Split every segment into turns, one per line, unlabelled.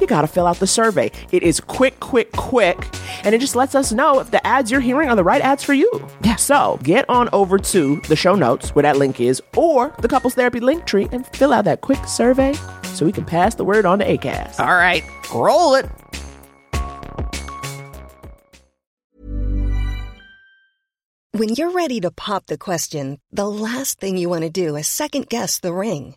you got to fill out the survey. It is quick, quick, quick. And it just lets us know if the ads you're hearing are the right ads for you.
Yeah.
So get on over to the show notes where that link is or the couples therapy link tree and fill out that quick survey so we can pass the word on to ACAS.
All right, roll it.
When you're ready to pop the question, the last thing you want to do is second guess the ring.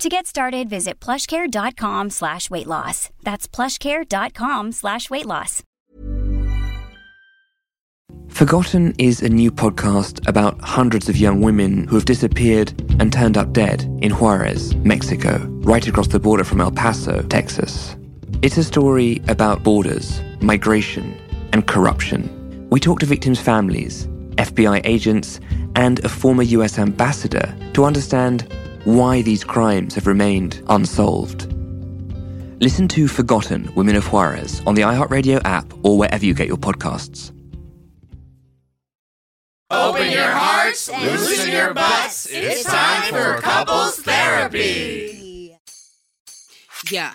To get started, visit plushcare.com slash weight loss. That's plushcare.com slash weight loss.
Forgotten is a new podcast about hundreds of young women who have disappeared and turned up dead in Juarez, Mexico, right across the border from El Paso, Texas. It's a story about borders, migration, and corruption. We talk to victims' families, FBI agents, and a former US ambassador to understand why these crimes have remained unsolved. Listen to Forgotten Women of Juarez on the iHeartRadio app or wherever you get your podcasts.
Open your hearts, loosen your butts. It's time for couples therapy.
Yeah,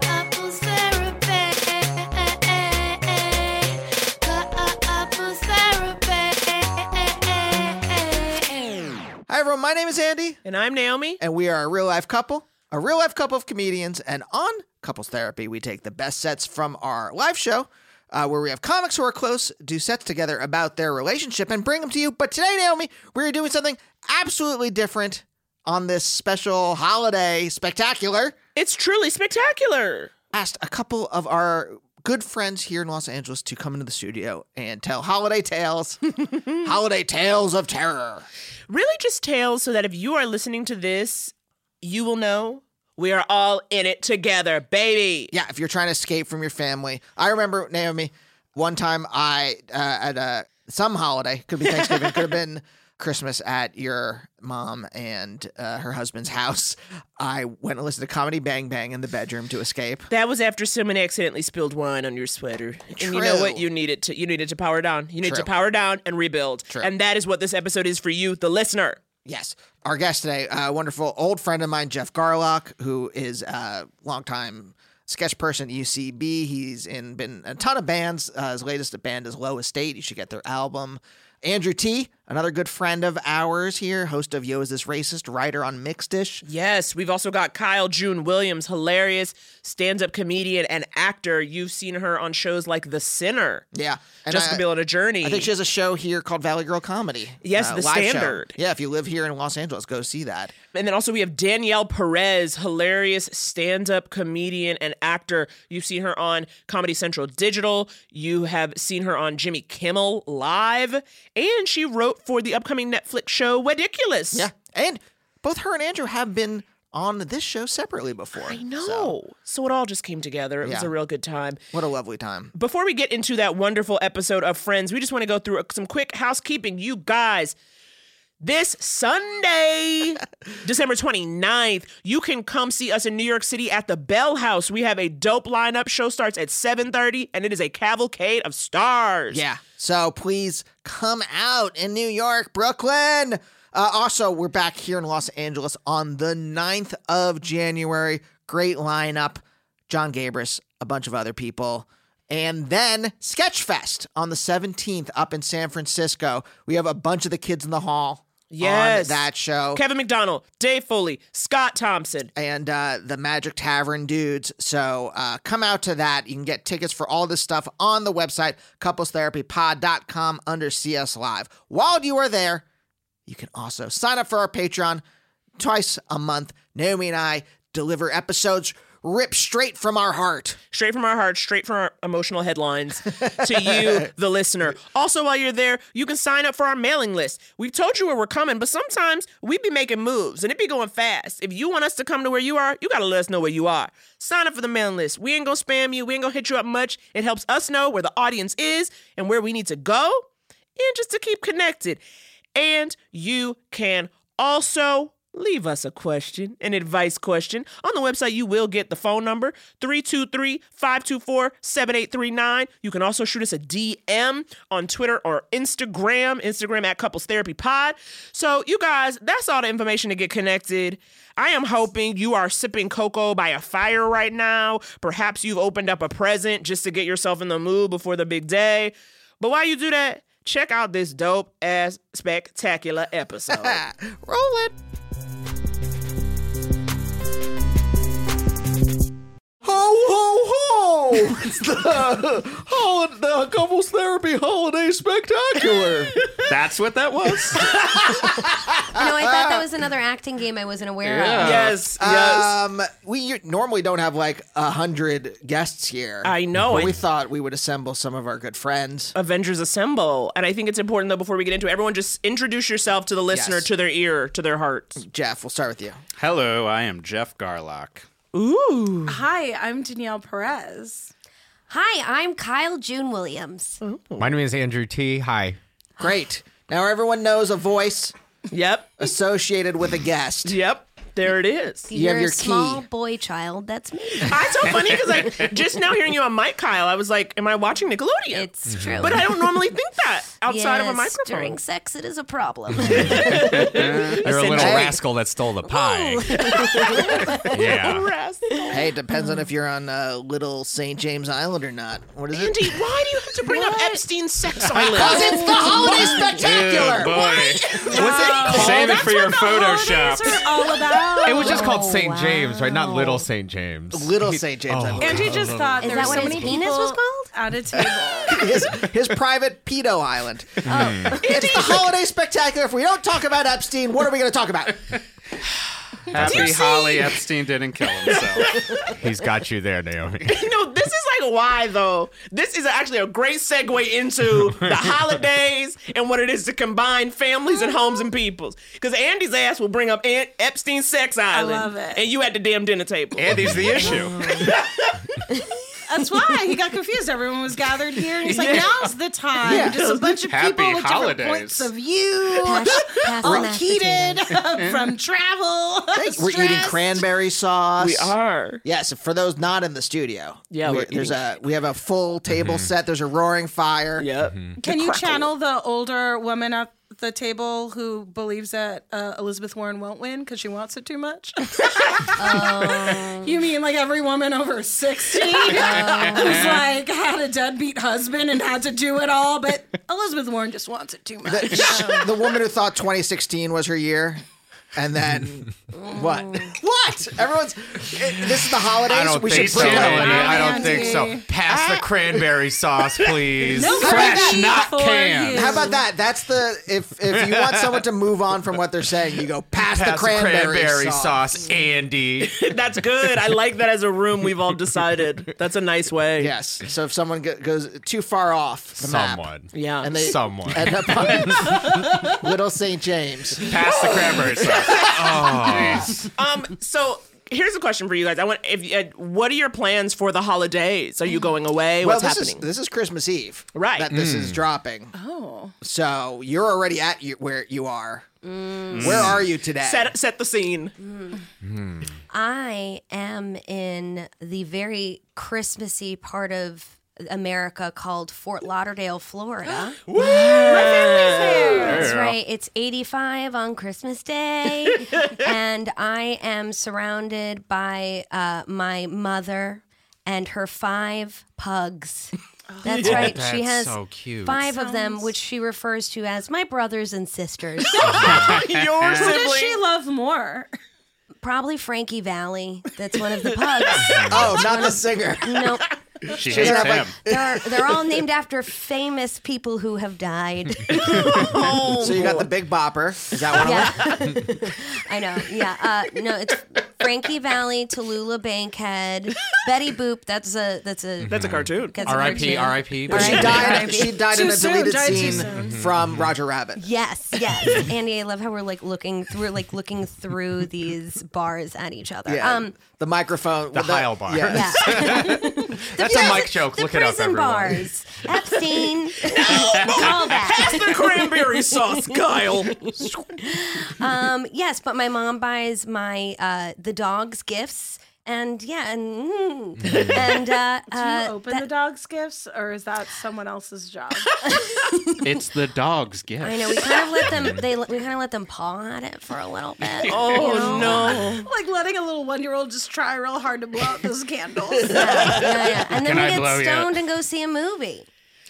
therapy. Couples therapy.
Hi, everyone. My name is Andy,
And I'm Naomi.
and we are a real life couple, a real life couple of comedians. And on Couples Therapy, we take the best sets from our live show. Uh, where we have comics who are close, do sets together about their relationship, and bring them to you. But today, Naomi, we're doing something absolutely different on this special holiday spectacular.
It's truly spectacular.
asked a couple of our good friends here in Los Angeles to come into the studio and tell holiday tales, holiday tales of terror.
Really just tales so that if you are listening to this, you will know we are all in it together, baby.
Yeah, if you're trying to escape from your family, I remember Naomi. One time, I uh, at uh, some holiday could be Thanksgiving, could have been Christmas at your mom and uh, her husband's house. I went and listened to Comedy Bang Bang in the bedroom to escape.
That was after someone accidentally spilled wine on your sweater. And you know
True.
what? You needed to you needed to power down. You need to
True.
power down and rebuild. And that is what this episode is for you, the listener.
Yes. Our guest today, a wonderful old friend of mine, Jeff Garlock, who is a longtime sketch person at UCB. He's in been a ton of bands. Uh, his latest band is Low Estate. You should get their album. Andrew T, another good friend of ours here, host of Yo Is This Racist, writer on Mixed Dish.
Yes, we've also got Kyle June Williams, hilarious stand-up comedian and actor. You've seen her on shows like The Sinner,
Yeah. And
Jessica
I-
Biel on a Journey.
I think she has a show here called Valley Girl Comedy. uh,
Yes, The
live show.
Standard.
Yeah, if you live here in Los Angeles, go see that.
And then also we have Danielle Perez, hilarious stand-up comedian and actor. You've seen her on Comedy Central Digital. You have seen her on Jimmy Kimmel Live, and she wrote for the upcoming Netflix show Ridiculous.
Yeah. And both her and Andrew have been on this show separately before.
I know. So, it all just came together. It was
Yeah.
a real good time.
What a lovely time.
Before we get into that wonderful episode of Friends, we just want to go through some quick housekeeping. You guys, this Sunday, December 29th, you can come see us in New York City at the Bell House. We have a dope lineup. Show starts at 7:30 and it is a cavalcade of stars.
Yeah. So please come out in New York, Brooklyn. Uh, also, we're back here in Los Angeles on the 9th of January. Great lineup. John Gabris, a bunch of other people. And then Sketchfest on the 17th up in San Francisco. We have a bunch of the kids in the hall
Yes.
on that show.
Kevin McDonald, Dave Foley, Scott Thompson.
and uh, the Magic Tavern dudes. So uh, come out to that. You can get tickets for all this stuff on the website, couplestherapypod.com under CS Live. While you are there, you can also sign up for our Patreon twice a month. Naomi and I deliver episodes ripped straight from our heart.
straight from our hearts, straight from our emotional headlines to you, the listener. Also, while you're there, you can sign up for our mailing list. We've told you where we're coming, but sometimes we be making moves and it be going fast. If you want us to come to where you are, you gotta let us know where you are. Sign up for the mailing list. We ain't gonna spam you, we ain't gonna hit you up much. It helps us know where the audience is and where we need to go, and just to keep connected. And you can also leave us a question, an advice question. On the website, you will get the phone number 323 524 7839. You can also shoot us a DM on Twitter or Instagram, Instagram at Couples Therapy Pod. So, you guys, that's all the information to get connected. I am hoping you are sipping cocoa by a fire right now. Perhaps you've opened up a present just to get yourself in the mood before the big day. But while you do that, check out this dope ass spectacular episode.
Roll it. Ho ho ho! It's the, hol- the couples therapy holiday spectacular.
That's what that was.
No, I thought that was another
Ah.
acting game I wasn't aware of.
yes, yes.
um, we u- normally don't have like a hundred guests here.
I know,
But
and-
we thought we would assemble some of our good friends.
Avengers Assemble. And I think it's important though before we get into it, everyone just introduce yourself to the listener,
Yes.
to their ear, to their heart.
Jeff, we'll start with you.
Hello, I am Jeff Garlock.
Ooh.
Hi, I'm Danielle Perez.
Hi, I'm Kyle June Williams.
Oh.
My name is Andrew T. Hi.
Great. Now everyone knows a voice
Yep.
associated with a guest.
Yep. There it is.
You have
You're
your
a small
key.
boy child. That's me.
It's so funny because like just now hearing you on Mike Kyle, I was like, Am I watching Nickelodeon?
It's
Mm-hmm.
true.
but I don't normally think that outside of a
Yes,
microphone.
During sex, it is a problem.
You're a little
Hey.
rascal that stole the pie. yeah.
Hey, it depends on if you're on uh, Little St. James Island or not. What is it?
Andy, why do you have to bring up Epstein's sex
Because
island?
it's the holiday spectacular.
What's it Save it for your Photoshop.
They're all about.
It was just called St. James, right? Not Little St. James. Oh. Mm.
Little St. James. I believe.
Andrew just thought
Is
there
that
were
what
so
his
many
penis
people
was called?
At a table.
his, his private pedo island. It's the holiday spectacular. If we don't talk about Epstein, what are we going to talk about?
Happy Holly Epstein didn't kill himself.
He's got you there, Naomi.
no, this is like why though. This is actually a great segue into the holidays and what it is to combine families and homes and peoples. Because Andy's ass will bring up Aunt Epstein's sex island,
love it.
and you at the damn dinner table.
Andy's the issue.
That's why he got confused. Everyone was gathered here, and he's like, "Now's the time." Just a bunch of
Happy
people with
holidays.
different points of view,
Pass- pass the mashed
heated
potato.
from travel.
We're eating
stress.
cranberry sauce.
we are.
Yes, for those not in the studio.
Yeah,
we,
we're
there's
eating-
a we have a full table
Mm-hmm.
set. There's a roaring fire.
Yep.
Can you channel the older woman at the table who believes that uh, Elizabeth Warren won't win because she wants it too much?
Oh.
You mean like every woman over 60 who's like had a deadbeat husband and had to do it all, but Elizabeth Warren just wants it too much.
The woman who thought 2016 was her year. and then what?
Mm.
what? Everyone's. it- this is the holidays.
I don't
we
think
should
so.
put that
Andy.
in.
I don't think so. Pass the cranberry sauce, please.
No
Fresh,
cookie
not
for
canned.
How about that? That's the if if you want someone to move on from what they're saying, you go past
Pass
the cranberry, sauce.
sauce. Andy.
That's good. I like that as a room we've all decided. That's a nice way.
Yes. So if someone go- goes too far off the
Someone.
map,
yeah,
and they
Someone.
end up on Little St. James.
Pass the cranberry sauce. Oh.
Um. So here's a question for you guys. I want if uh, what are your plans for the holidays? Are you going away?
Well,
What's
this
happening?
is this is Christmas Eve,
right?
That this is
Hmm.
Mm.
dropping.
Oh.
So you're already at you, where you are. Where are you today?
Set set the scene.
I am in the very Christmassy part of America called Fort Lauderdale, Florida.
My family's there.
That's right. It's 85 on Christmas Day, and I am surrounded by uh, my mother and her five pugs. That's
Oh,
right. she has
that's so cute.
five of them, which she refers to as my brothers and sisters.
Who does she love more?
Probably Frankie Valley. That's one of the pugs.
Oh, not the singer.
Nope.
She
She's
hates
like,
him.
They're, they're all named after famous people who have died.
so you got the Big Bopper. Is that one of them?
I know. Yeah. Uh, no, it's Frankie Valley, Tallulah Bankhead, Betty Boop. That's a that's a
That's a cartoon.
That's a
R.I.P.
cartoon.
R.I.P.
But she
R.I.P..
died. She died in
Too
a
soon,
deleted
died too
scene
soon.
from Roger Rabbit.
Yes, yes, Andy. I love how we're like looking. We're like looking through these bars at each other.
Yeah,
Um,
the microphone.
The Heil bar.
yes.
That's a mic joke. Look it up,
prison
everyone.
bars. Epstein.
Call
that.
Pass the cranberry sauce, Kyle.
um, yes, but my mom buys my uh, the dogs gifts, and yeah, and mm, and uh,
Do you
uh,
open the dog's gifts, or is that someone else's job?
It's the dog's gift. Mm.
I know we kind of let them. They we kind of let them paw at it for a little bit. you
Oh,
know?
like letting a little one-year-old just try real hard to blow out those candles.
Yeah, yeah. And then
Can
we
I
get
blow you?
stoned and go see a movie.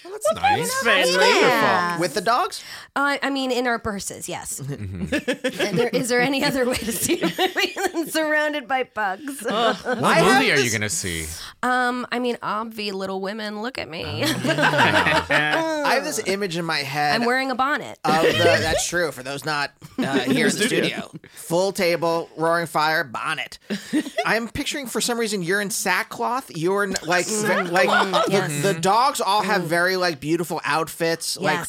That's nice.
Yeah.
Oh, With the dogs? Mm-hmm.
Uh, I mean, in our purses, yes. Is there- is there any other way to see a movie than surrounded by bugs?
What
I have
movie are you
this-
going to see?
Um, I mean, obvi, Little Women, look at me.
Oh,
I have this image in my head.
I'm wearing a bonnet.
of the, that's true for those not uh, here in the studio. Full table, roaring fire, bonnet. I'm picturing for some reason you're in sackcloth. You're in, like ve- like
Sackcloth,
the,
yes.
the dogs all have very like beautiful outfits, like
Yes.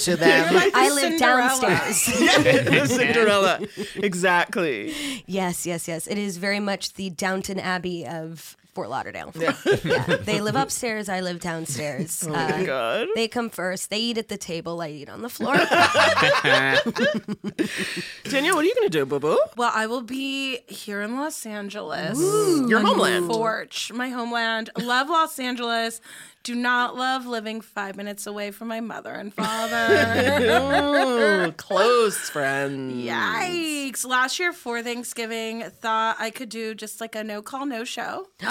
to
You're
them.
like the I live Cinderella. downstairs.
Yeah, Cinderella. Exactly.
Yes, yes, yes. It is very much the Downton Abbey of Fort Lauderdale. Yeah. They live upstairs, I live downstairs. Uh,
Oh my God.
They come first. They eat at the table, I eat on the floor.
Danielle, what are you gonna do, boo boo?
Well, I will be here in Los Angeles.
Your
on
homeland.
Forge, my homeland. Love Los Angeles. Do not love living five minutes away from my mother and father.
Ooh, close friends.
Yikes. Last year for Thanksgiving, thought I could do just like a no call, no show. thought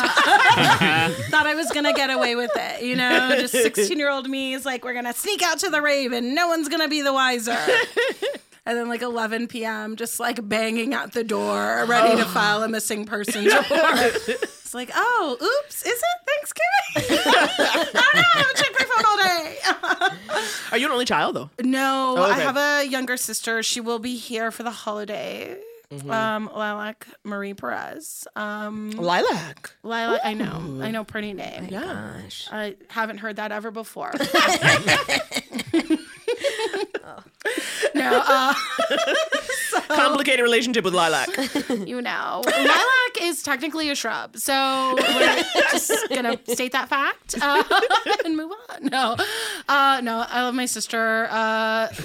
I was going to get away with it. You know, just 16 year old me is like, we're going to sneak out to the rave and no one's going to be the wiser. And then, like 11 p.m., just like banging at the door, ready to file a missing persons report. it's like, oh, oops, is it Thanksgiving? oh no, check my phone all day.
Are you an only child though?
No,
Oh,
I
okay.
have a younger sister. She will be here for the holiday.
Mhm.
Um, Lilac Marie Perez. Um,
Lilac.
Lilac. I know. I know. Pretty name.
Yeah.
I haven't heard that ever before. no. Uh,
Complicated relationship with lilac.
Oh. you know,
Hmm.
lilac is technically a shrub, so we're just gonna state that fact uh, and move on. No, uh, no, I love my sister. Uh,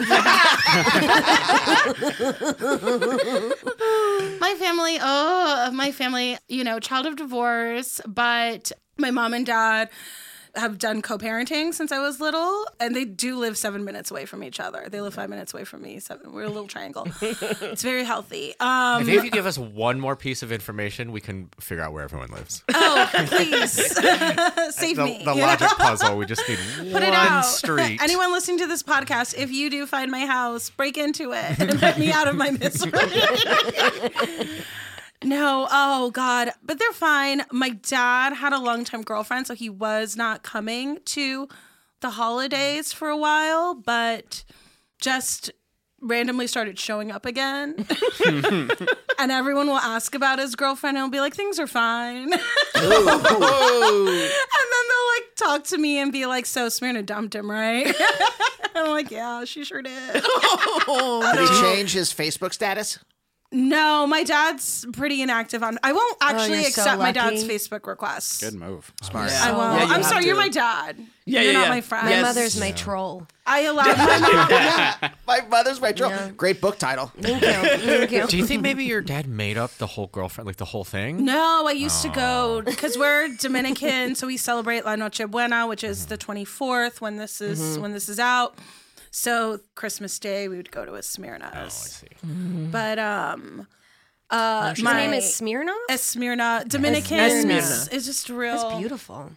my family, oh, my family, you know, child of divorce, but my mom and dad have done co-parenting since I was little, and they do live seven minutes away from each other. They live five minutes away from me. Seven, we're a little triangle. it's very healthy. Um,
if you give us one more piece of information, we can figure out where everyone lives.
Uh,
oh, please save
the,
me.
the logic puzzle. We just need
Put
one
it out.
street.
Anyone listening to this podcast, if you do find my house, break into it and let me out of my misery. no, oh God. But they're fine. My dad had a longtime girlfriend, so he was not coming to the holidays for a while, but just randomly started showing up again. and everyone will ask about his girlfriend and he'll be like, things are fine. And then they'll like talk to me and be like, "So Smyrna dumped him, right?" I'm like, "Yeah, she sure did."
Did he change his Facebook status?
no, my dad's pretty inactive on. I
Oh,
won't actually
you're so
accept my dad's
lucky.
Facebook requests.
Good move.
Smart.
I won't.
Yeah, you
I'm
have
sorry,
to.
you're my dad.
Yeah,
you're
yeah,
not
yeah.
my friend.
My mother's my troll.
I allowed my mom.
My mother's my troll. Great book title.
Thank you. Thank
Do you think maybe your dad made up the whole girlfriend, like the whole thing?
No, I used to go because we're Dominican, so we celebrate La Noche Buena, which is the 24th when this is
Mhm.
when this is out. So Christmas Day, we would go to a Smirnoff. Oh, I see.
Mm-hmm.
But um, uh,
His
my
name is Smirnoff.
A Smirna Dominican
Nice. Nice.
is, is just real.
That's beautiful.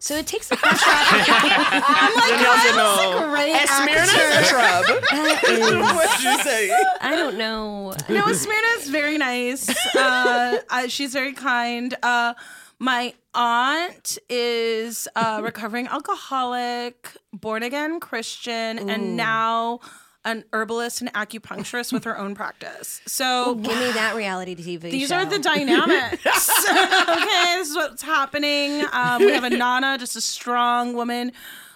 So it takes the pressure out. of
I'm like, Kyle's a great
A Smyrna
actor.
is a shrub. That is-
What'd you say?
I don't know.
No, Smirna is very nice. Uh, uh, she's very kind. Uh, my aunt is a recovering alcoholic, born again Christian,
Ooh.
and now an herbalist and acupuncturist with her own practice. So
Oh, give me that reality TV.
These
show.
are the dynamics. okay, this is what's happening. Um, we have a Nana, just a strong woman,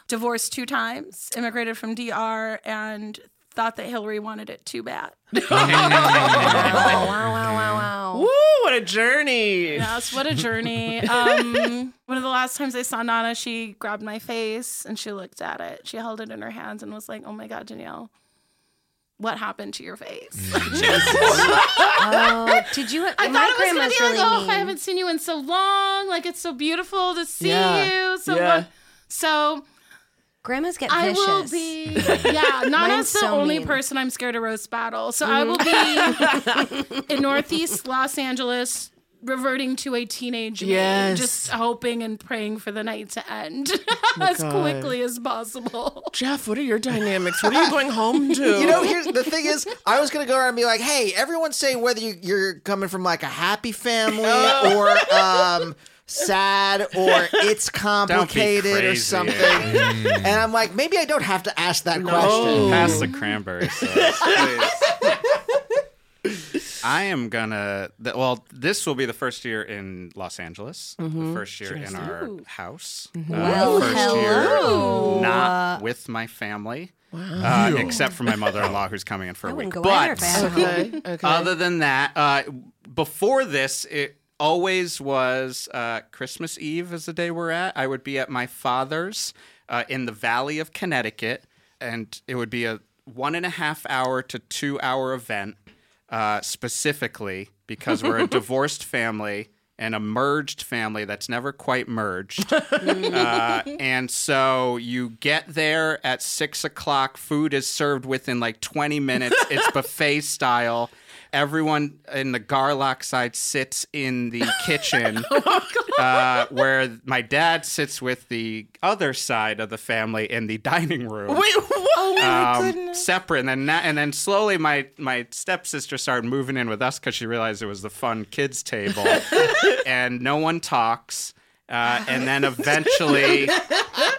divorced two times, immigrated from DR, and thought that Hillary wanted it too bad.
wow, wow, wow, wow.
Woo, what a journey.
Yes, what a journey. Um, one of the last times I saw Nana, she grabbed my face and she looked at it. She held it in her hands and was like, "Oh my God, Danielle." What happened to your face?
oh, did you?
I
my
thought it was gonna
grandma's
be like,
really
oh,
mean.
I haven't seen you in so long. Like it's so beautiful to see
Yeah.
you. So
Yeah.
what- so
grandmas get
I
vicious.
will be. Yeah, Nana's
Mine's
the
so
only
mean.
person I'm scared of roast battle. So
Mm-hmm.
I will be in Northeast Los Angeles. Reverting to a teenage me,
Yes.
just hoping and praying for the night to end
Oh
my
as
God.
quickly as possible.
Jeff, what are your dynamics? What are you going home to?
You know, here's the thing is, I was gonna go around and be like, "Hey, everyone, say whether you, you're coming from like a happy family
Oh.
or um, sad or it's complicated or
crazy.
something."
Mm. Oh.
And I'm like, maybe I don't have to ask that question.
Pass the cranberry sauce, please. I am gonna. th- Well, this will be the first year in Los Angeles.
Mhm.
The first year in
Interesting.
our house. Uh,
Well,
first
hello.
year not with my family,
Wow.
uh, except for my mother-in-law who's coming in for a
I wouldn't
week.
go in her
but
family. Okay,
okay.
other than that, uh, before this, it always was uh, Christmas Eve is the day we're at. I would be at my father's uh, in the Valley of Connecticut, and it would be a one and a half hour to two hour event uh, specifically because we're a divorced family and a merged family that's never quite merged. uh, and so you get there at six o'clock. Food is served within like 20 minutes. It's buffet style. Everyone in the Garlock side sits in the kitchen, uh, where my dad sits with the other side of the family in the dining room
Oh
um, separate, and then that, and then slowly my my stepsister started moving in with us because she realized it was the fun kids table, and no one talks, uh, and then eventually.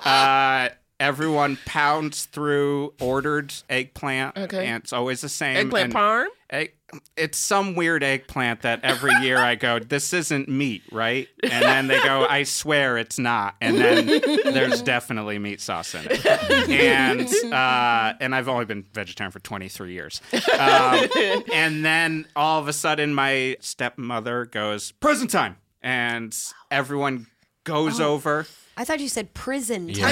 Uh, Everyone pounds through ordered eggplant.
Okay.
And it's always the same.
Eggplant
and
parm?
egg- it's some weird eggplant that every year I go, this isn't meat, right? And then they go, I swear it's not. And then there's definitely meat sauce in it. And uh, and I've only been vegetarian for 23 years. Um, and then all of a sudden, my stepmother goes, prison time. And everyone goes over.
I thought you said prison.
Yeah,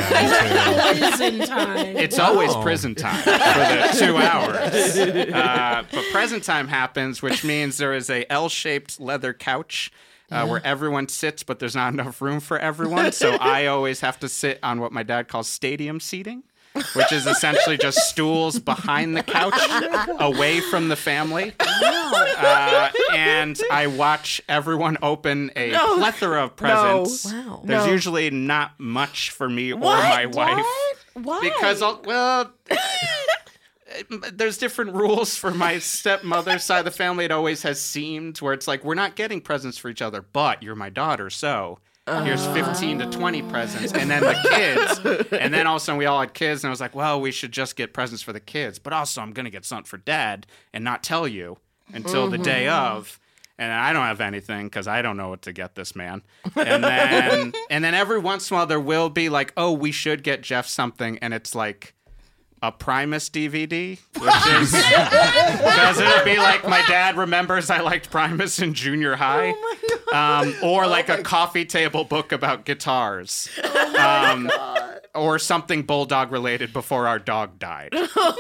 time.
prison time.
It's always
Oh.
prison time for the two hours. Uh, but present time happens, which means there is a L-shaped leather couch uh, where everyone sits, but there's not enough room for everyone. So I always have to sit on what my dad calls stadium seating, which is essentially just stools behind the couch, away from the family. Uh, and I watch everyone open a
No.
plethora of
No.
presents.
Wow.
There's
No.
usually not much for me or
What?
my wife.
Why?
Because I'll, well, there's different rules for my stepmother's side of the family. It always has seemed where it's like we're not getting presents for each other, but you're my daughter, so here's 15 to 20 presents, and then the kids, and then all of a sudden we all had kids, and I was like, well, we should just get presents for the kids, but also I'm gonna get something for dad and not tell you until the day
Mhm.
of. And I don't have anything because I don't know what to get this man. And then, and then every once in a while there will be like, oh, we should get Jeff something, and it's like a Primus DVD, which is because it'll be like my dad remembers I liked Primus in junior high, um, or like a coffee table book about guitars, um, or something bulldog related before our dog died,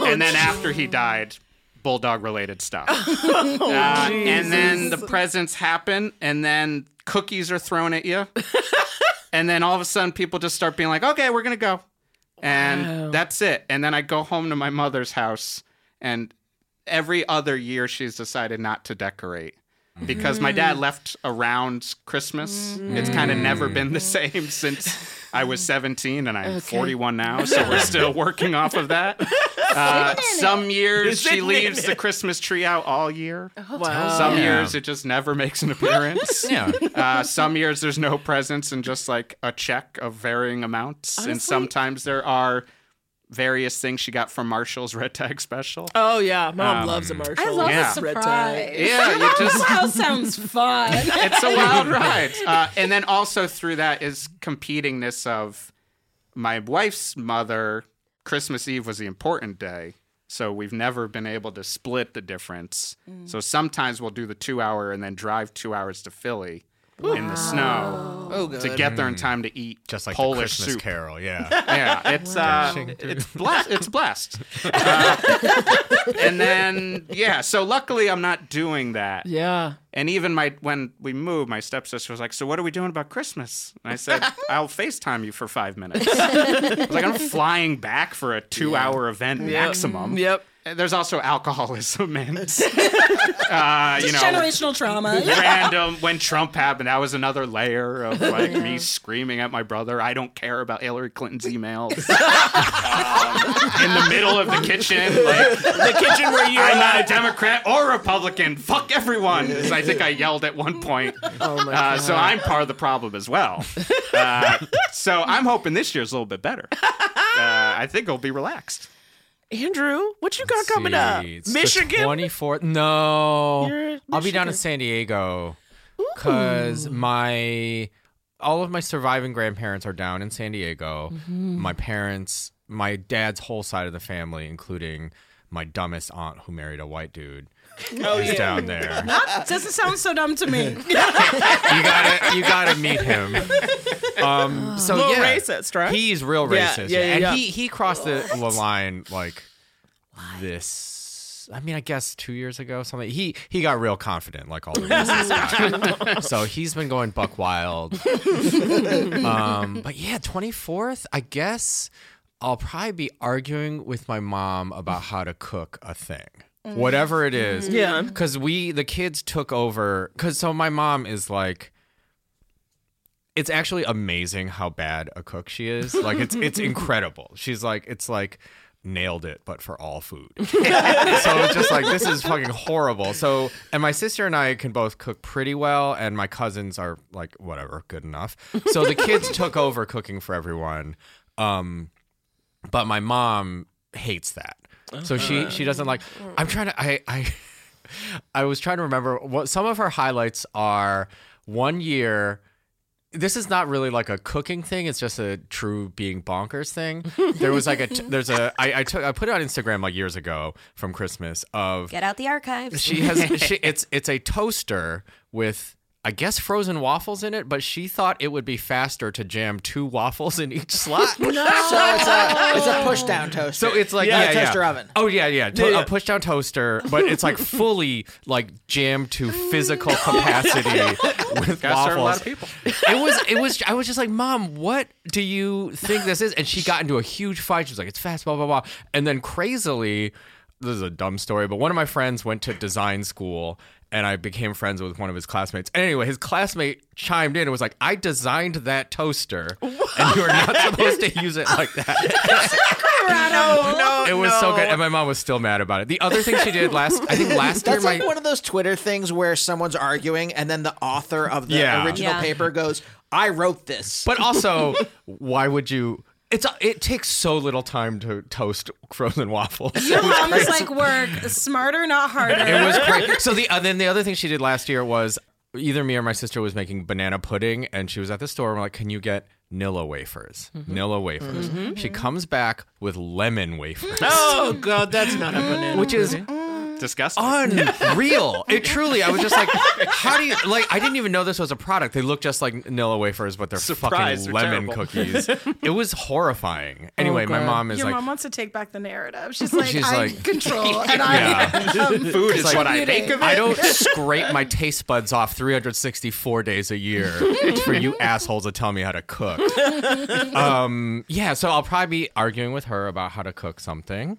and then after he died, bulldog related stuff. Uh, and then the presents happen, and then cookies are thrown at you. and then all of a sudden, people just start being like, okay, we're going to go. And that's it. And then I go home to my mother's house, and every other year, she's decided not to decorate. Because my dad left around Christmas. It's kind of never been the same since I was 17 and I'm
Okay.
41 now. So we're still working off of that. Uh, some years she leaves the Christmas tree out all year.
Wow.
Some
Yeah.
years it just never makes an appearance.
Yeah.
Uh, some years there's no presents and just like a check of varying amounts. And
Honestly-
sometimes there are various things she got from Marshall's Red Tag Special.
Oh yeah, mom
Um,
loves a Marshall.
I love a Yeah.
Red tie.
surprise. Yeah, you just-
house sounds fun.
it's a wild ride. Uh, and then also through that is competingness of my wife's mother. Christmas Eve was the important day, so we've never been able to split the difference.
Mm.
So sometimes we'll do the two hour and then drive two hours to Philly in the snow
Oh,
to
good.
get there in
Mm.
time to eat
Just like the
Polish
Christmas
soup.
Carol, yeah.
yeah, it's uh,
Dashing through.
it's blessed. It's blessed. Uh, and then yeah, so luckily I'm not doing that.
Yeah.
And even my when we moved, my stepsister was like, "So what are we doing about Christmas?" And I said, "I'll FaceTime you for five minutes." I was like, "I'm flying back for a two-hour event
Yep.
maximum."
Yep.
And there's also alcoholism and uh, you know
generational trauma.
random when Trump happened. That was another layer of like me screaming at my brother. I don't care about Hillary Clinton's emails um, in the middle of the kitchen, like
The kitchen where you're
I'm not a Democrat or Republican. Fuck everyone. So I think I yelled at one point.
Oh my
Uh, so
God.
I'm part of the problem as well. Uh, so I'm hoping this year's a little bit better. Uh, I think it'll be relaxed.
Andrew, what you got coming up?
Jeez, the
Michigan.
24th. No.
You're in
I'll be down in
Michigan.
San Diego because my all of my surviving grandparents are down in San Diego.
Mm-hmm.
Mhm.
My parents, my dad's whole side of the family, including my dumbest aunt who married a white dude,
Oh,
Oh,
is down there.
Not, doesn't sound so dumb to me.
you gotta you gotta meet him. Um, so
Little
yeah,
racist, right?
He's real
Yeah,
racist,
yeah, yeah,
and
yeah.
he he crossed the, the
What?
line like this. I mean, I guess two years ago, something. He he got real confident, like all the racist guys. So he's been going buck wild. um, but yeah, twenty fourth. I guess I'll probably be arguing with my mom about how to cook a thing.
Mm.
Whatever it is,
Yeah.
Because we the kids took over. Because so my mom is like, it's actually amazing how bad a cook she is. Like it's it's incredible. She's like it's like nailed it, but for all food. so it's just like this is fucking horrible. So and my sister and I can both cook pretty well, and my cousins are like whatever, good enough. So the kids took over cooking for everyone. Um, but my mom hates that. So she she doesn't like. I'm trying to. I I I was trying to remember what some of her highlights are. One year, this is not really like a cooking thing. It's just a true being bonkers thing. There was like a t- there's a I I took I put it on Instagram like years ago from Christmas of
Get out the archives.
she has she, it's it's a toaster with I guess frozen waffles in it, but she thought it would be faster to jam two waffles in each slot.
No. So it's a- it's a push-down toaster.
So it's like
Yeah,
yeah,
a toaster oven.
Oh yeah, yeah, to-
Yeah, yeah.
a push down toaster, but it's like fully like jammed to physical capacity with
Gotta serve
waffles.
a lot of people.
It was it was I was just like, Mom, what do you think this is? And she got into a huge fight. She was like, It's fast, blah, blah, blah. And then crazily, this is a dumb story, but one of my friends went to design school and I became friends with one of his classmates. And anyway, his classmate chimed in and was like, I designed that toaster. And you're not supposed to use it like that.
Colorado.
No,
it was so good. And my mom was still mad about it. The other thing she did last I think last year
That's
my
like one of those Twitter things where someone's arguing and then the author of the
Yeah.
original
Yeah.
paper goes, "I wrote this."
But also, why would you? It's it takes so little time to toast frozen waffles.
Your
It was
mom is
crazy.
like work smarter, not harder.
It was great. So the uh, then the other thing she did last year was either me or my sister was making banana pudding, and she was at the store. and We're like, can you get Nilla wafers?
Mm-hmm.
Nilla wafers.
Mhm.
She comes back with lemon wafers.
Oh god, that's not a banana.
Which is
disgusting.
unreal. It truly, I was just like, how do you like? I didn't even know this was a product. They look just like Nilla wafers, but they're
Surprise,
fucking
they're
lemon
terrible.
cookies. It was
Oh,
horrifying. Anyway, my mom is
Oh, Your
like,
mom wants to take back the narrative. She's like,
She's
I
like-
control and I am um,
It's like,
computing."
I don't scrape my taste buds off 364 days a year for you assholes to tell me how to cook. Um, yeah, so I'll probably be arguing with her about how to cook something.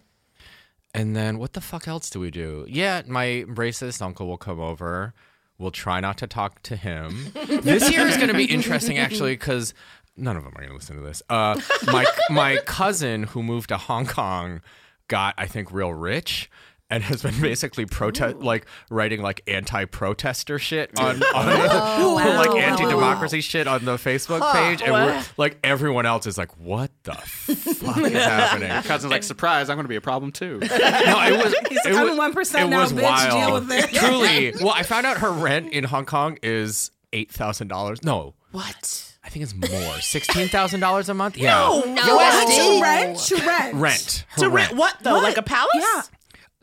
And then what the fuck else do we do? Yeah, my racist uncle will come over. We'll try not to talk to him. this year is going to be interesting, actually, because none of them are going to listen to this. Uh, my my cousin who moved to Hong Kong got, I think, real rich. And has been basically protest, like writing like anti-protester shit on, on
Oh, wow,
like
wow, wow,
anti-democracy shit on the Facebook
Huh,
page, and we're,
what?
like everyone else is like, "What the fuck is happening?"
Cousin's like, surprise, I'm going to be a problem too.
No, it was.
He's
it
like, I'm
was-
1% now, bitch, deal with it.
Truly. Well, I found out her rent in Hong Kong is eight thousand dollars. No,
What?
I think it's more. Sixteen thousand dollars a month. Yeah.
No,
No.
USD? To rent? To rent.
Rent. Her
To rent
rent.
what though? Like a palace? Yeah.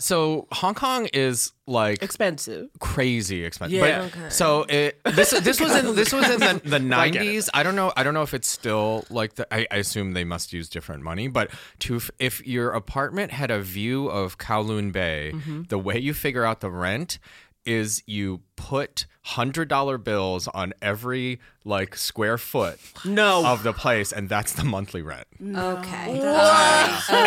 So Hong Kong is like
Expensive.
crazy expensive.
Yeah.
But,
Okay.
So it, this this was in this was in the, the
I get it.
90s. I don't know. I don't know if it's still like the. I, I assume they must use different money, but to if your apartment had a view of Kowloon Bay,
Mhm.
Mm-hmm.
the way you figure out the rent is you put hundred dollar bills on every like square foot
no.
of the place, and that's the monthly rent.
Okay.
and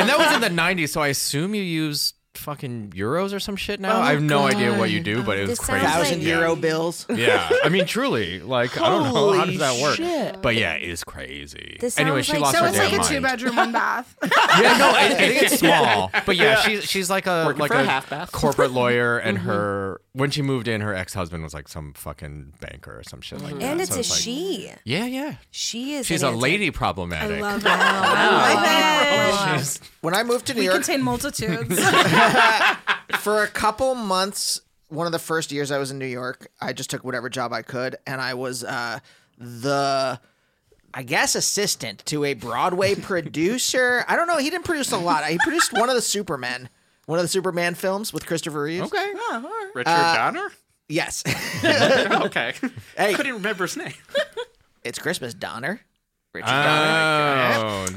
that was in the 90s, so I assume you use fucking euros or some shit now.
Oh,
I have no
God.
idea what you do, but it was
This
crazy.
sounds like- Thousand euro bills.
Yeah. I mean, truly, like, I don't know. How does
Holy
that work?
shit.
But yeah, it is crazy.
This
anyway,
sounds
she
like-
lost
so
her
it's
damn
like a
mind.
two bedroom, one bath.
Yeah, no, I, I think it's small. But yeah,
Yeah.
she's she's like a
Working
like
for
a,
a half bath.
corporate lawyer, and her when she moved in, her ex husband was like some fucking banker or some shit like that.
Mm-hmm. And it's
So
a
like-
she.
Yeah, yeah.
She is.
She's
an
a
anti-
lady problematic.
love
She's-
When I moved to New
We
York,
contain multitudes.
for a couple months, one of the first years I was in New York, I just took whatever job I could, and I was uh, the, I guess, assistant to a Broadway producer. I don't know. He didn't produce a lot. He produced one of the Supermen, one of the Superman films with Christopher Reeve.
Okay. Richard
Uh,
Donner?
Yes.
okay.
Hey.
Couldn't remember his name.
It's Christmas, Donner. Richard
Oh,
Donner.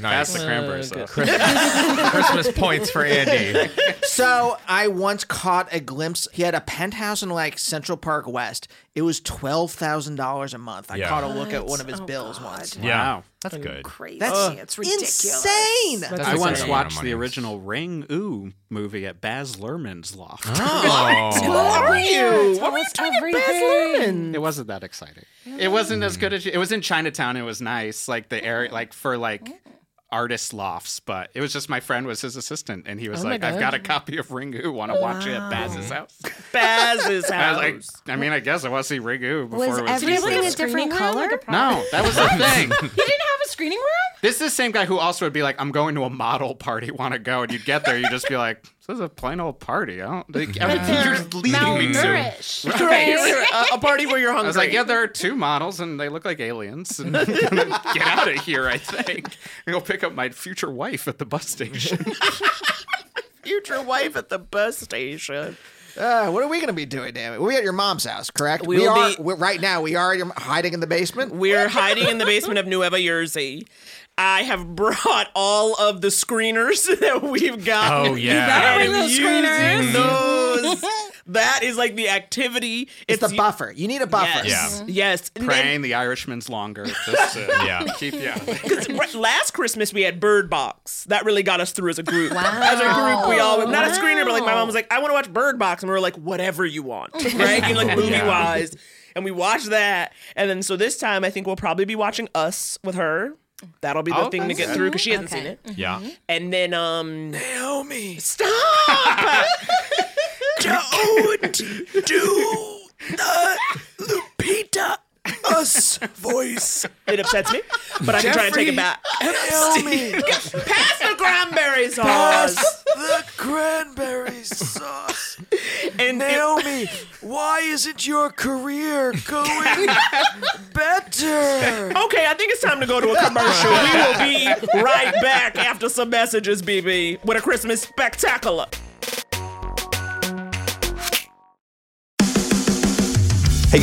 nice.
That's the cranberry sauce.
Christmas, Christmas points for Andy.
so I once caught a glimpse. He had a penthouse in like Central Park West. It was twelve thousand dollars a month. I
Yeah.
caught a look at
What?
one of
Oh,
his bills once.
Yeah.
Wow.
That's good.
Crazy.
That's
it's ridiculous.
insane.
I once watched the original Ring Oo movie at Baz Luhrmann's loft.
Oh.
What were you?
What were you doing at Baz
Luhrmann? It wasn't that exciting. It wasn't as good as it was in Chinatown. It was nice, like the
Oh.
area, like for like artist lofts. But it was just my friend was his assistant, and he was
Oh my
like, "I've
God.
got a copy of Ring Oo. Want to watch it at Baz's house?"
Baz's
I was
house.
like, "I mean, I guess I want to see Ring Oo before
Was
it was."
everything
easy."
a different color?
no, that was the thing.
You didn't have a screening room?
This is the same guy who also would be like, I'm going to a model party, want to go? And you'd get there, you'd just be like, this is a plain old party. I don't think everything you're just leading me to.
Malnourished.
Right.
uh,
a, a party where you're
I
hungry.
was like, yeah, there are two models and they look like aliens. And get out of here, I think. And go pick up my future wife at the bus station.
future wife at the bus station.
Uh, what are we going to be doing, damn it? We're at your mom's house, correct?
We
We
will
are
be-
we're- right now. We are at your, hiding in the basement.
We're hiding in the basement of Nueva Jersey. I have brought all of the screeners that we've got.
Oh, yeah. Mm-hmm. You better bring
And
those
using
screeners.
those. that is like the activity. It's,
the
buffer. You need a
buffer.
Yes.
Yeah.
Mm-hmm.
Yes. And then-
Praying the Irishman's longer. Just to
Yeah.
Keep, yeah.
'Cause right- last Christmas we had Bird Box. That really got us through as a group.
Wow.
As a group, we all not a
Wow.
screener, but like my mom was like, "I want to watch Bird Box," and we were like, "Whatever you want," right? You know,
Yeah.
like movie wise, and we watched that. And then so this time, I think we'll probably be watching Us with her. That'll be the
Oh,
thing to get
okay.
through because she hasn't seen it.
Yeah.
And then um
Naomi,
stop! Don't do the Lupita us voice. It upsets me, but I can try and take it back.
Naomi.
Pass the cranberry sauce.
Pass the cranberry sauce.
And
Naomi, why isn't your career going better?
Okay, I think it's time to go to a commercial. we will be right back after some messages, BB, with a Christmas spectacular.
Hey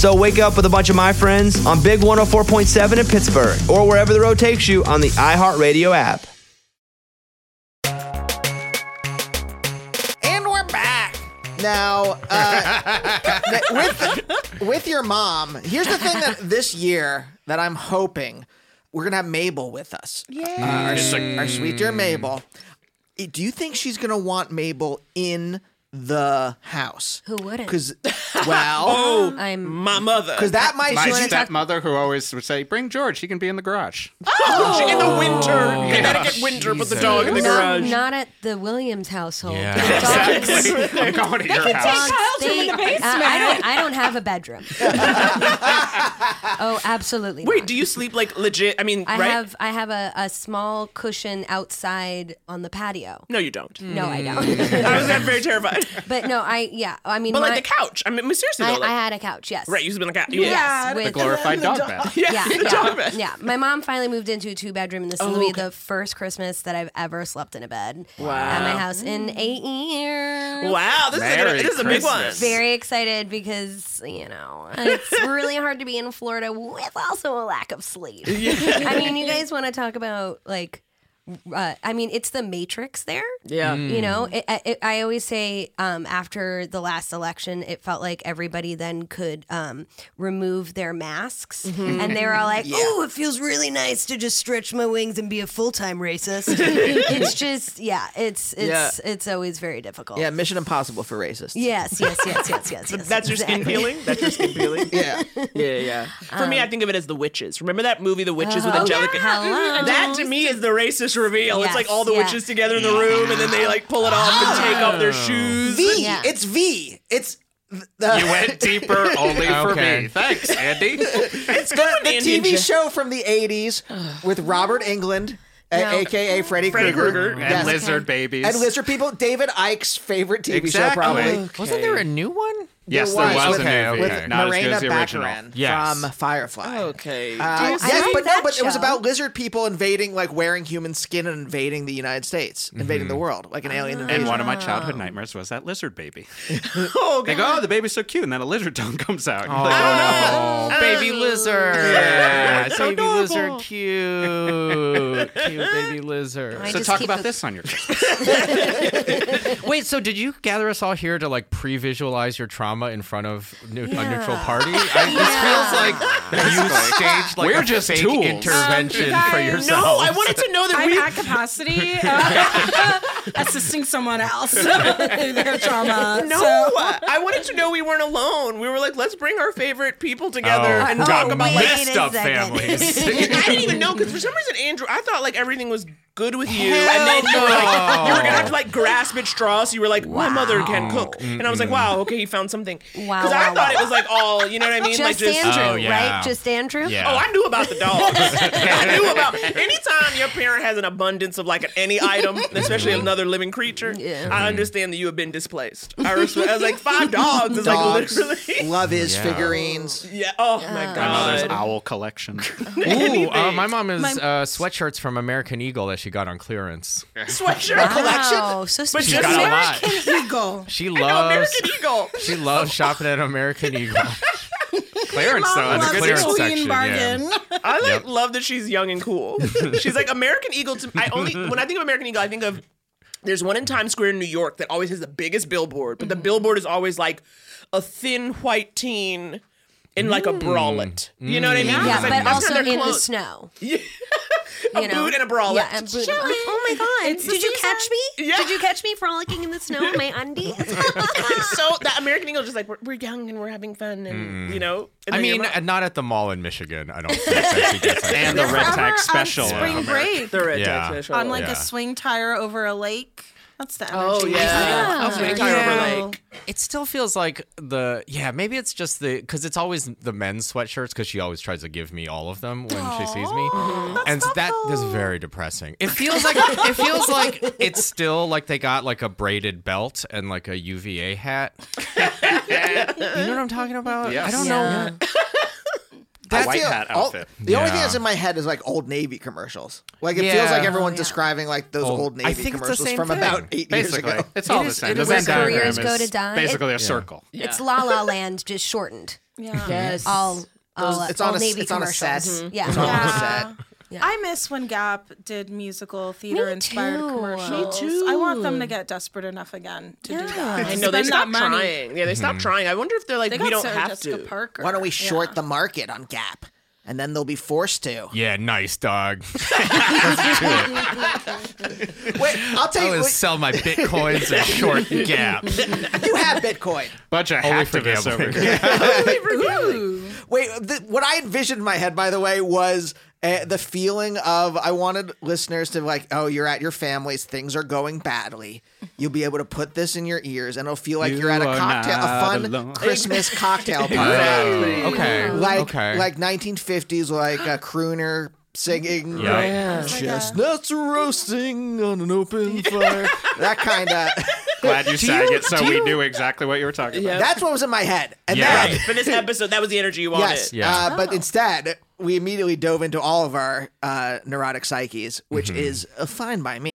So wake up with a bunch of my friends on Big 104.7 in Pittsburgh or wherever the road takes you on the iHeartRadio app.
And we're back. Now, uh, th- with, with your mom, here's the thing that this year that I'm hoping we're going to have Mabel with us. Uh, our, su- our sweet dear Mabel. Eh, Do you think she's going to want Mabel in the house?
Who wouldn't?
Because, well,
Oh, I'm-
my mother.
'Cause that might-
my
Do you wanna talk-
stepmother who always would say, "Bring George. He can be in the garage."
Oh, in the winter,
Yeah.
Connecticut winter, put the
Jesus.
dog in the
not,
garage.
not at the Williams household.
Yeah.
Dogs-
Exactly. I'm going to
They
your
can
house.
take
Children in the
uh,
basement.
I don't. I don't have a bedroom. oh, absolutely.
Wait, do you sleep like legit? I mean,
I
right?
have. I have a, a small cushion outside on the patio.
no, you don't.
No, I don't.
I was that very terrified.
But no, I yeah. I mean,
But
my-
like the couch. I mean, seriously
I,
though, like,
I had a couch. Yes.
right, you sleep on the couch.
Yes,
Yeah,
with-
Yes,
yeah,
the
yeah,
dog bed.
yeah. My mom finally moved into a two bedroom, and this
Oh,
will be
okay.
the first Christmas that I've ever slept in a bed
Wow.
at my house in eight years.
Wow, this is a- Merry this is a big one. Christmas.
Very excited because you know it's really hard to be in Florida with also a lack of sleep. I mean, you guys want to talk about like. Uh, I mean, it's the Matrix there.
Yeah.
you know,
Mm.
it, it, I always say um, after the last election, it felt like everybody then could um, remove their masks,
Mhm.
and they were all like,
Yeah.
"Oh, it feels really nice to just stretch my wings and be a full time racist." it's just, yeah, it's it's
Yeah.
it's always very difficult.
yeah, Mission Impossible for racists.
Yes, yes, yes, yes, yes. yes
That's your skin
exactly. Um,
peeling. That's your skin peeling.
yeah,
yeah, yeah. For me, I think of it as the witches. Remember that movie, The Witches, with
Oh,
Angelica?
yeah. Hello.
That to me is the racist reveal.
Yes,
it's like all the
yeah.
witches together in the room, and then they like pull it off and take off their
Oh.
shoes.
V. It's V. It's th- the.
You went deeper only for
Okay.
me. Thanks, Andy.
It's the, the
Andy and
TV
Jeff.
show from the '80s with Robert England, a-
No.
aka Freddy,
Freddy
Krueger,
Krueger and Lizard Babies.
and Lizard People. David Ike's favorite TV show,
Exactly.
probably.
Okay. Wasn't there a
new one?
Yes, there was
with,
a movie.
with
Not as good
Marina
as the original.
Baccarin
Yes.
from Firefly.
Okay.
Uh,
Do you
yes,
like
but no,
that
but it was
show?
about lizard people invading, like wearing human skin and invading the United States, invading the world, like an alien invasion.
Mm-hmm. And one of my childhood nightmares was that lizard baby.
oh,
They go, oh, the baby's so cute, and then a lizard tongue comes out. Oh,
Oh, baby lizard.
Yeah, so
baby
adorable.
lizard, cute. Cute baby lizard.
So talk about this on your
Wait, so did you gather us all here to like pre-visualize your trauma in front of neu- a neutral party? I, This feels like you staged like
We're
a
just
fake
tools.
intervention for yourself.
No, Uh, I wanted to know that
I'm
we.
at capacity uh, assisting someone else through their trauma.
No,
so-
I wanted to know we weren't alone. We were like, let's bring our favorite people together
Oh,
and
God,
talk about like
messed up families.
I didn't even know because for some reason Andrew, I thought like everything was good with you,
Hell
and then you were
no.
like, you were gonna have to like grasp at straws. So you were like, my mother can cook, and I was
Mm-hmm.
like,
Mm-mm.
wow, okay, he found something.
Wow,
Because I
wow,
thought
wow.
it was like all, you know what I mean?
Just
like
Andrew,
Oh,
right? Just Andrew.
Oh, I knew about the dogs. I knew about anytime your parent has an abundance of like any item, especially another living creature. I understand that you have been displaced. I, respect, I was like five dogs is
Dogs.
like literally
Love is
Yeah.
figurines.
Yeah. Oh my
My mother's
god.
owl collection.
Ooh, uh, my mom is
My-
uh, sweatshirts from American Eagle that she got on clearance.
Sweatshirt
Wow,
collection.
so
but
She's
just
got a lot.
American Eagle.
She
I know,
loves.
American Eagle.
She loves shopping at American Eagle. clearance though,
Mom
in the
loves
clearance
queen
section.
bargain. I like
Yep.
love that she's young and cool. she's like American Eagle. To, I only when I think of American Eagle, I think of there's one in Times Square in New York that always has the biggest billboard, but the
Mm.
billboard is always like a thin white teen in like
Mm.
a bralette. You know what I mean?
Yeah,
It's like,
but
that's
also
kinda their
in the
clothes.
snow.
A
you know?
boot and a bralette.
Yeah, a boot. Like, oh my god!
It's the
Did you
season.
catch me? Did you catch me frolicking in the snow in my undies?
so that American Eagle just like we're, we're young and we're having fun and
Mm.
you know. And
I
then your
mean,
mom-
uh, not at the mall in Michigan. I don't think that she gets like
And
that.
the red Forever tag on special.
Spring break.
The red
Yeah.
tag special.
on like
Ah. Yeah.
a swing tire over a lake. That's the energy.
Oh, yeah. A swing tire over a
Yeah.
lake.
It still feels like the yeah maybe it's just the because it's always the men's sweatshirts because she always tries to give me all of them when she sees me
Mm-hmm.
and that is very depressing. It feels like it feels like it's still like they got like a braided belt and like a UVA hat. you know what I'm talking about?
Yes.
I don't
Yeah.
know.
A
I
white
feel
hat
oh.
all-
outfit.
the only thing
Yeah.
that's in my head is like Old Navy commercials. Like it
Yeah.
feels like
Oh,
everyone's describing like those Old, Navy
I think it's the
commercials
same
from
thing.
about eight
Basically,
years ago.
it's all It the is- same. it The is Venn where diagram careers go is to die. basically a Yeah. circle.
It's La La Land just shortened. Yeah.
Yes.
All. all
Those- it's
all
on a-
Navy
it's on a
commercials. Mm-hmm.
set.
Mm-hmm.
Mhm.
Yeah.
It's all on a
Yeah. I miss when Gap did musical theater inspired
too. Me
commercials.
too.
I want them to get desperate enough again to do that.
I know they
Spend
stopped
that money.
trying. Yeah, they
Hmm.
stopped
Mhm.
trying. I wonder if they're like
They
we
got
don't
Sarah
have
Jessica
to.
Parker.
Why don't we short the market on Gap, and then they'll be forced to.
Yeah, nice dog.
Wait, I'll
I
tell you.
always
Wait,
sell my bitcoins and short gap.
you have Bitcoin.
Bunch of
Only for
hacktivists over
gambling.
here.
Wait, th- what I envisioned in my head, by the way, was uh, the feeling of I wanted listeners to like, oh, you're at your family's, things are going badly. You'll be able to put this in your ears, and it'll feel like
You
you are at a
are
cocktail, a
not
fun
alone.
Christmas cocktail party.
Exactly. Oh, okay,
Like
okay.
like 1950s, like a crooner singing,
Yeah.
like,
Oh
Yeah.
chestnuts roasting on an open fire. that kind of.
Glad you
Do
sang
you-
it, so
do
we
you-
knew exactly what you were talking about.
That's what was in my head. And
Yeah.
then,
For this episode, that was the energy you wanted. Oh.
yes.
Oh,
Uh, But instead, we immediately dove into all of our uh, neurotic psyches, which
Mm-hmm.
Mhm.
is uh, fine by me.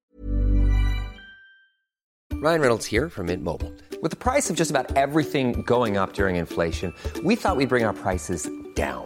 Ryan Reynolds here from Mint Mobile. With the price of just about everything going up during inflation, we thought we'd bring our prices down.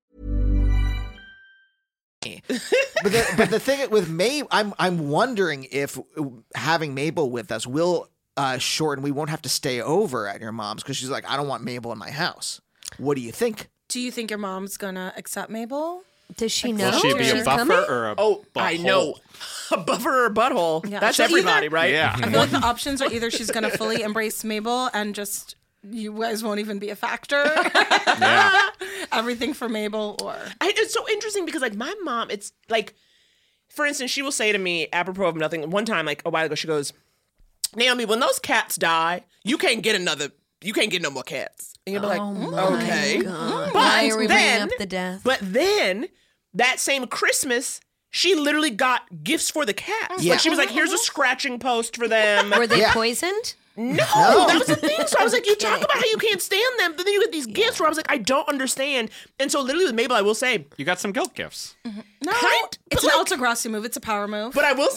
But the, but the thing with May, I'm I'm wondering if uh, having Mabel with us will uh, shorten. We won't have to stay over at your mom's because she's like, I don't want Mabel in my house. What do you think?
Do you think your mom's gonna accept Mabel?
Does she
know she be a
she's
buffer
coming?
or a
Oh, I
butthole?
know. A buffer or a butthole.
Yeah,
That's
she'll
everybody,
either-
right?
I feel like the options are either she's gonna fully embrace Mabel and just you guys won't even be a factor. Everything for Mabel or
I, it's so interesting because like my mom, it's like, for instance, she will say to me apropos of nothing. One time, like a while ago, she goes, "Naomi, when those cats die, you can't get another. You can't get no more cats." And you'll be like,
Oh my
"Okay."
God.
But
Why are we bringing
then,
up the death?
But then that same Christmas. She literally got gifts for the cats.
Yeah.
Like she was like, "Here's a scratching post for them."
Mm-hmm. Were they
Yeah.
poisoned?
No, that was the thing. So I was like, you talk about how you can't stand them, but then you get these gifts where I was like, I don't understand. And so literally with Mabel, I will say
You got some guilt gifts.
no, it's an Alta Grassi move. It's a power move.
But I will,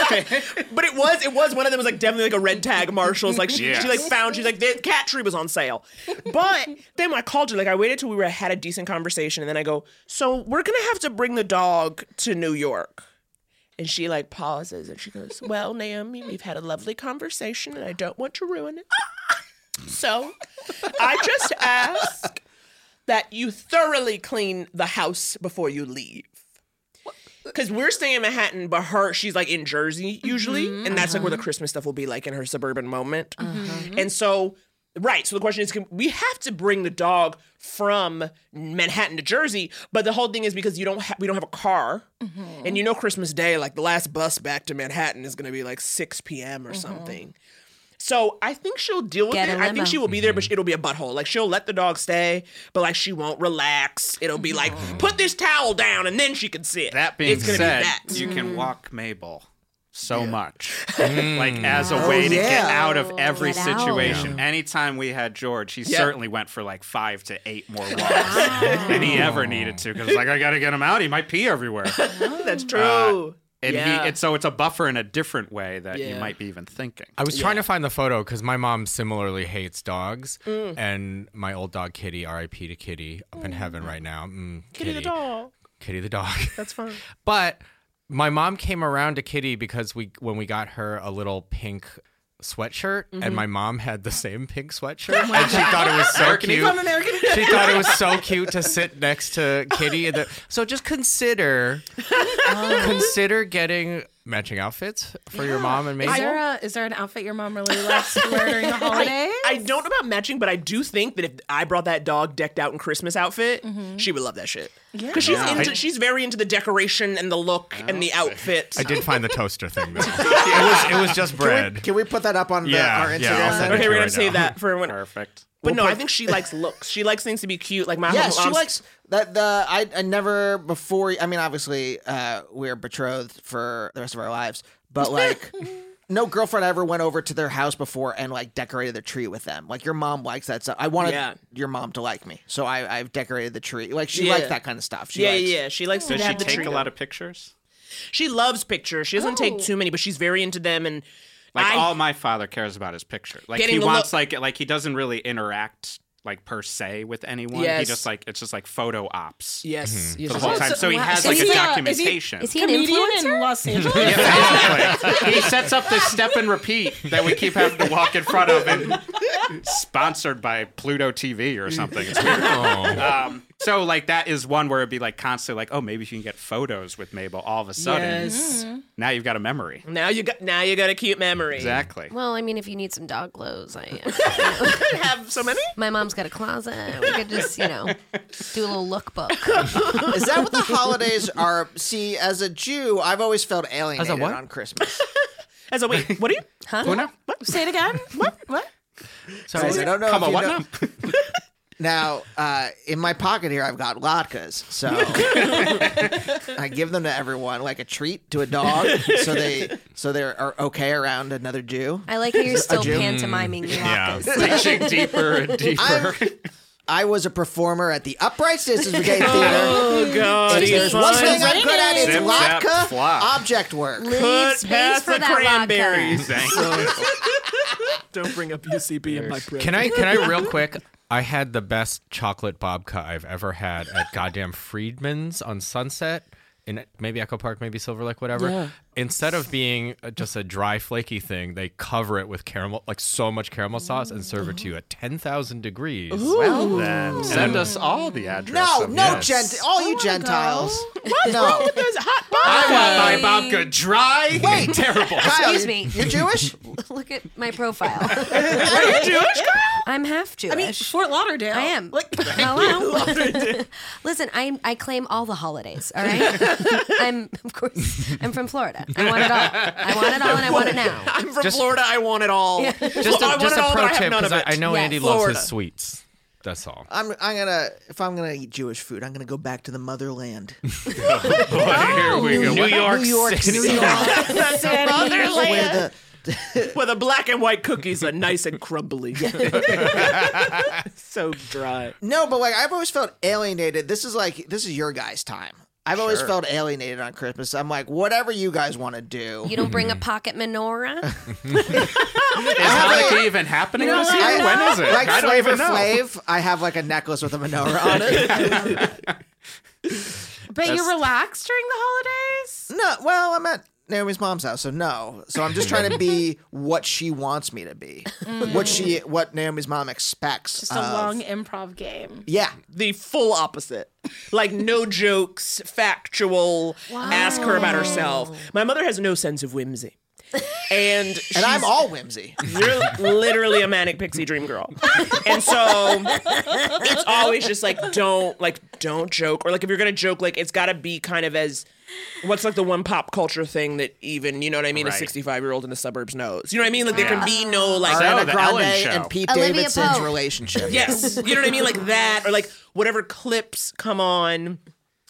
but it was it was one of them was like definitely like a red tag Marshalls like she,
Yeah.
she like found she's like the cat tree was on sale, but then when I called her like I waited till we were had a decent conversation and then I go so we're gonna have to bring the dog to New York, and she like pauses and she goes well Naomi we've had a lovely conversation and I don't want to ruin it, so I just ask that you thoroughly clean the house before you leave. Because we're staying in Manhattan, but her, she's like in Jersey usually. And that's like where the Christmas stuff will be like in her suburban moment. Mm-hmm. And so, right. So the question is can, we have to bring the dog from Manhattan to Jersey. But the whole thing is because you don't ha- we don't have a car. And you know, Christmas Day, like the last bus back to Manhattan is going to be like 6 p.m. or something. So I think she'll deal with
Mm-hmm. Get
it.
a
I think
limo.
she will be there,
Mm-hmm.
but it'll be a butthole. Like she'll let the dog stay, but like she won't relax. It'll be like
Mm-hmm.
put this towel down and then she can sit.
That being
it's gonna
said,
be that.
you
Mm-hmm.
can walk Mabel so much,
Mm.
like as a
Oh,
way to get
yeah.
out of every
Get out.
situation. Anytime we had George, he
Yeah.
certainly went for like five to eight more walks
Ah.
than he ever needed to, because like I gotta get him out. He might pee everywhere.
That's
Uh,
true.
and
yeah.
he, it's, so it's a buffer in a different way that you
Yeah.
might be even thinking.
I was trying to find the photo because my mom similarly hates dogs,
Mm.
and my old dog Kitty, R.I.P. to Kitty, up in heaven right now. Mm,
Kitty the doll.
Kitty the dog.
That's fun.
But my mom came around to Kitty because we when we got her a little pink sweatshirt
Mhm.
and my mom had the same pink sweatshirt
Oh my
and she thought it was so
American
cute.
From American-
She thought it was so cute to sit next to Kitty and the, so just consider Oh, consider getting matching outfits for your mom and me.
Is there, a, is there an outfit your mom really loves to wear during the holiday?
I, I don't know about matching, but I do think that if I brought that dog decked out in Christmas outfit, she would love that shit.
Mm-hmm. Yeah.
Because she's
Yeah.
into,
I-
she's very into the decoration and the look and the outfit.
I did find the toaster thing though. it was it was just bread.
Can we put that up on the,
Yeah,
our Instagram?
yeah, I'll send it
okay,
to you
we're gonna
right
save
now.
that for when.
Perfect.
But
We'll
no, I
put-
think she likes looks. She likes things to be cute. Like my
yes,
whole
she
mom's-
likes that. The I, I never before. I mean, obviously, uh, we're betrothed for the rest of our lives, but like. No girlfriend I ever went over to their house before and like decorated the tree with them. Like your mom likes that stuff. I wanted
Yeah.
your mom to like me, so I I've decorated the tree. Like she
Yeah.
liked that kind of stuff. She
yeah,
likes,
yeah, yeah. She likes to
Does she
have the
take
tree
a
done.
lot of pictures?
She loves pictures. She doesn't
Oh.
take too many, but she's very into them. And
Like
I-
all my father cares about is picture. Like
Getting
he
the
wants
look-
like like he doesn't really interact like per se with anyone. He
Yes.
just like it's just like photo ops.
Yes.
For the whole time. So he has
So
like a
he's
documentation.
Is he, is he an influencer? in Los Angeles?
Yeah, basically. he sets up this step and repeat that we keep having to walk in front of and sponsored by Pluto TV
Mm.
or something. It's weird.
Oh.
Um, so like that is one where it'd be like constantly like, oh, maybe if you can get photos with Mabel all of a sudden.
Yes. Mhm.
Now you've got a memory.
now you got now you got a cute memory.
Exactly.
Well, I mean, if you need some dog clothes, I
have so many.
My mom's got a closet. We could just, you know, do a little lookbook.
Is that what the holidays are? See, as a Jew, I've always felt alienated
what?
on Christmas.
As a wait, what are you?
Huh?
Una?
What?
Say it again. What? What?
Sorry, I don't know.
Come
if
on,
you
what
know- Now, uh, in my pocket here, I've got latkes, so I give them to everyone like a treat to a dog, so they so they are okay around another Jew.
I like how you're
A
still
Jew.
pantomiming
Mm,
Yeah.
latkes.
Reaching deeper and deeper. I was a performer at the Upright Citizens Brigade Theater.
Oh, God,
If
he's
there's one
fun.
thing I'm good at, it's
Zip, zap,
latke
flop.
object work.
Leave Put space past for the that cranberries. latke.
Don't bring up UCB in my prayer.
Can I can I real quick? I had the best chocolate babka I've ever had at goddamn Friedman's on Sunset in maybe Echo Park, maybe Silver Lake, whatever.
Yeah.
instead of being just a dry flaky thing, they cover it with caramel, like so much caramel sauce, and serve it to you at ten thousand degrees.
Ooh. Well, then.
Send us all the address.
No,
of
no,
this.
gent- all you Gentiles.
What's
no.
wrong with this hot
I want my
Bye.
babka dry
Wait.
and terrible.
Excuse me.
You're Jewish?
Look at my profile.
Are you Jewish,
girl? I'm half Jewish.
I mean, Fort Lauderdale.
I am. Hello. Listen, I I claim all the holidays. All right. I'm of course I'm from Florida. I want it all. I want it all, and I want it now.
I'm from
Just-
Florida. I want it all.
Yeah.
Just
I
a,
want
just
it
a
all, but
pro
I have
tip
none of
because I,
it.
I know
Yes.
Andy loves
Florida.
his sweets. That's all.
I'm I'm gonna if I'm gonna eat Jewish food, I'm gonna go back to the motherland.
here
Oh,
we go.
Oh.
New York
New York
City.
City.
That's the
Daddy,
motherland. Where the black and white cookies are nice and crumbly. so dry.
No, but like I've always felt alienated. This is like this is your guys' time. I've always
Sure.
felt alienated on Christmas. I'm like, whatever you guys want to do.
You don't bring a pocket menorah.
Is Hanukkah even happening
You know
this
what?
year?
I-
when is it?
Like
I don't
Flavor
even know.
Flav, I have like a necklace with a menorah on it.
But you relax during the holidays?
No, well, I'm at Naomi's mom's house, so no. So I'm just trying to be what she wants me to be, what she, what Naomi's mom expects.
Mm. Just a
of-
long improv game.
yeah.
The full opposite. Like no jokes, factual, ask her about herself. My mother has no sense of whimsy. And
And I'm
she's-
all whimsy.
You're literally a manic pixie dream girl. And so it's always just like don't like don't joke or like if you're going to joke like it's got to be kind of as what's like the one pop culture thing that even, you know what I mean, a
Right.
65-year-old in the suburbs knows. You know what I mean? Like there
Yeah.
can be no like
Ariana Grande and Pete
Olivia
Davidson's
Pope.
relationship.
Yes. You know what I mean? Like that, or like whatever clips come on.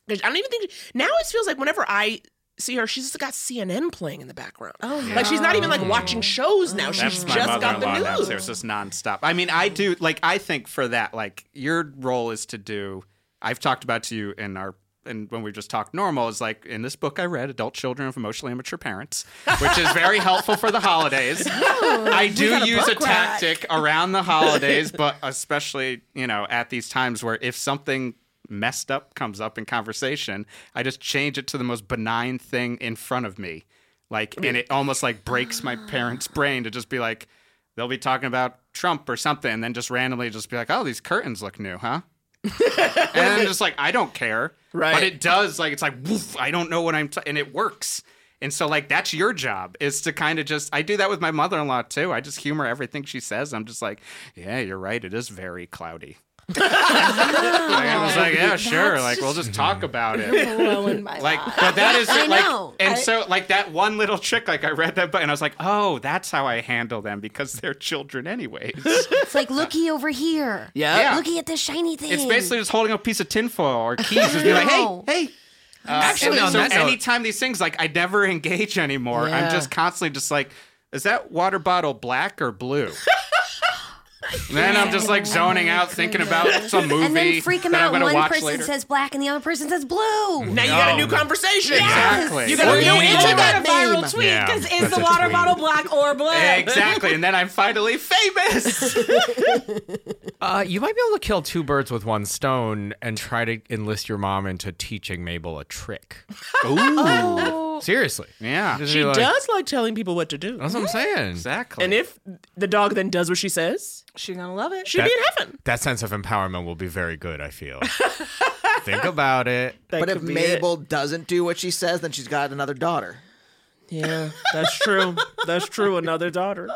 'Cause I don't even think now it feels like whenever I see her, she's just got CNN playing in the background. Oh, like she's not even like watching shows now. she's
That's my
just got
mother-in-law
the news.
downstairs, just nonstop. I mean, I do like I think for that, like your role is to do. I've talked about to you in our and when we just talked normal is like in this book I read, Adult Children of Emotionally Immature Parents, which is very helpful for the holidays.
Oh,
I
we
do
got a
use a
book rack.
tactic around the holidays, but especially you know at these times where if something messed up comes up in conversation, I just change it to the most benign thing in front of me. Like, and it almost like breaks my parents' brain to just be like, they'll be talking about Trump or something, and then just randomly just be like, oh, these curtains look new, huh? and then just like, I don't care.
Right.
But it does, like, it's like, woof, I don't know what I'm, t-, and it works. And so, like, that's your job is to kind of just, I do that with my mother in law too. I just humor everything she says. I'm just like, yeah, you're right. It is very cloudy. Like, I was like, yeah,
That's
sure. Like, we'll just talk
Mm-hmm.
about it.
You're blowing my
like,
mind.
but that is
I
like,
know.
and
I-
so like that one little trick. Like, I read that book and I was like, oh, that's how I handle them because they're children, anyways.
It's like looky over here.
Yeah. Yeah.
Looky at this shiny thing.
It's basically just holding a piece of tinfoil or keys, just being like, hey.
No.
hey. Uh,
Actually,
and
on
so
that note-
anytime these things, like, I never engage anymore.
Yeah.
I'm just constantly just like, is that water bottle black or blue? And then I'm just like zoning out, thinking about some movie
And then freak him
that I'm
out.
gonna
One
watch
person
later.
says black and the other person says blue.
Now you got a new conversation.
Exactly.
You got a
Or
new
you
internet
got
a viral
meme.
tweet, Yeah, 'cause is
that's the a water tweet.
Bottle black or blue.
Exactly. And then I'm finally famous.
Uh, you might be able to kill two birds with one stone and try to enlist your mom into teaching Mabel a trick. Ooh. Seriously. Yeah.
Oh. She does like telling people what to do.
That's what I'm saying. Exactly.
And if the dog then does what she says,
she's gonna love it.
She'd be in heaven.
That sense of empowerment will be very good, I feel. Think about it.
but if Mabel doesn't do what she says, then she's got another daughter.
Yeah, that's true. that's true. Another daughter.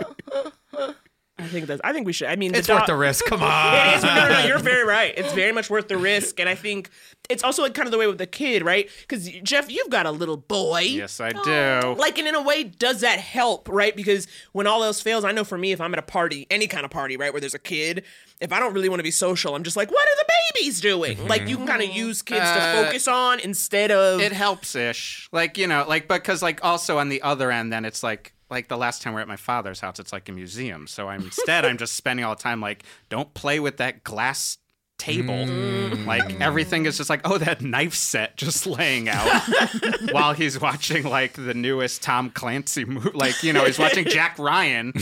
I think that's. I think we should. I mean,
It's worth
dog-
the risk. Come
it is. No, no, no,
on.
You're very right. It's very much worth the risk, and I think it's also like kind of the way with the kid, right? Because Jeff, you've got a little boy.
Yes,
Oh.
I do.
Like, and in a way, does that help, right? Because when all else fails, I know for me, if I'm at a party, any kind of party, right, where there's a kid, if I don't really want to be social, I'm just like, what are the babies doing? Like, you can kind of use kids to
Uh,
focus on instead of.
it helps ish. Like, you know, like, because, like, also on the other end, then it's like, like the last time we we're at my father's house, it's like a museum. So I'm instead, I'm just spending all the time like, don't play with that glass table. Like everything is just like, oh, that knife set just laying out while he's watching like the newest Tom Clancy movie. Like, you know, he's watching Jack Ryan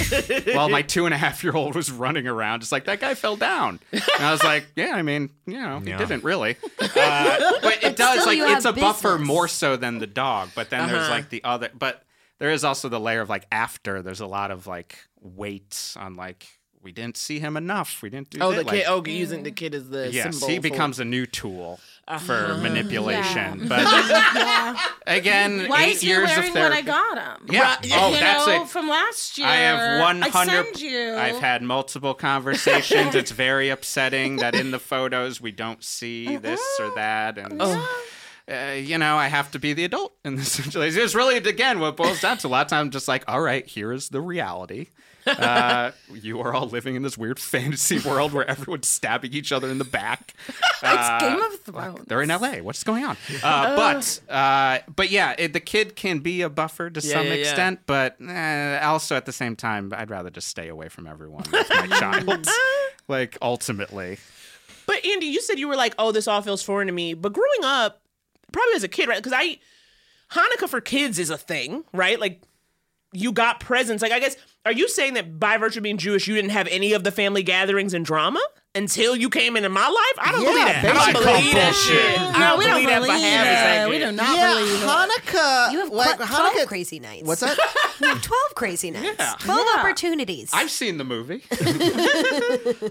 while my two and a half year old was running around. It's like, that guy fell down. And I was like, yeah, I mean, you know, he
Yeah.
didn't really. Uh, but it does,
still
like,
you
it's a
have
buffer
business.
more so than the dog. But then there's
Uh-huh.
like the other, but there is also the layer of like after, there's a lot of like weight on like, we didn't see him enough. We didn't do
Oh,
that.
the
Like,
kid. Oh,
Mm.
using the kid as the
yes,
symbol.
he
for-
becomes a new tool for
Uh-huh.
manipulation.
Yeah.
But again,
Why
eight
is he
years
wearing
of
what
therapy.
I got him?
Yeah.
You
Oh, that's
know,
it.
from last year.
I have one
send
hundred.
you.
I've had multiple conversations. it's very upsetting that in the photos we don't
Uh-huh.
see this or that, and
Oh.
uh, you know I have to be the adult in this situation. It's really again what it boils down to. A lot of times, I'm just like, all right, here is the reality. Uh, you are all living in this weird fantasy world where everyone's stabbing each other in the back. Uh,
it's Game of Thrones.
they're in LA. What's going on? Uh, but uh, but yeah, it, the kid can be a buffer to
Yeah,
some
yeah, yeah.
extent, but eh, also at the same time, I'd rather just stay away from everyone with my child. Like ultimately,
But Andy, you said you were like, "Oh, this all feels foreign to me." But growing up, probably as a kid, right? Because I Hanukkah for kids is a thing, right? Like you got presents. Like I guess, are you saying that by virtue of being Jewish, you didn't have any of the family gatherings and drama until you came into my life? I don't
Yeah,
believe that. I don't
basically.
believe that shit.
No,
I don't
we don't
believe that for
believe
half a
that.
second.
We do not
Yeah,
believe it.
Hanukkah. You have
like,
like, 12 crazy nights.
What's that?
you have 12 crazy nights.
Yeah.
12
Yeah.
opportunities.
I've seen the movie.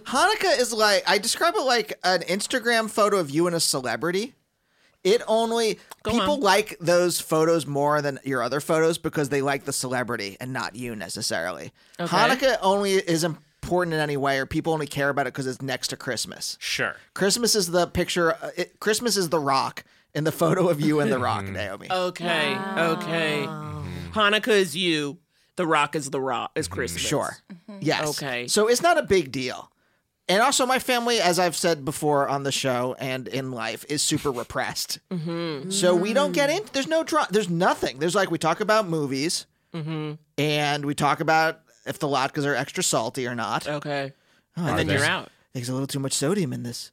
Hanukkah is like I describe it like an Instagram photo of you and a celebrity. It only people like those photos more than your other photos because they like the celebrity and not you necessarily.
Okay.
Hanukkah only is important in any way, or people only care about it because it's next to Christmas.
Sure.
Christmas is the picture. uh, It, Christmas is the Rock and the photo of you and the Rock, Naomi.
Okay, okay. Hanukkah is you. The Rock is the Rock is Christmas.
Sure. Yes.
Okay.
So it's not a big deal. And also, my family, as I've said before on the show and in life, is super repressed.
Mm-hmm.
So we don't get into. There's no drama. There's nothing. There's like we talk about movies
Mm-hmm.
and we talk about if the latkes are extra salty or not. Oh,
Okay.
And then you're out.
There's a little too much sodium in this.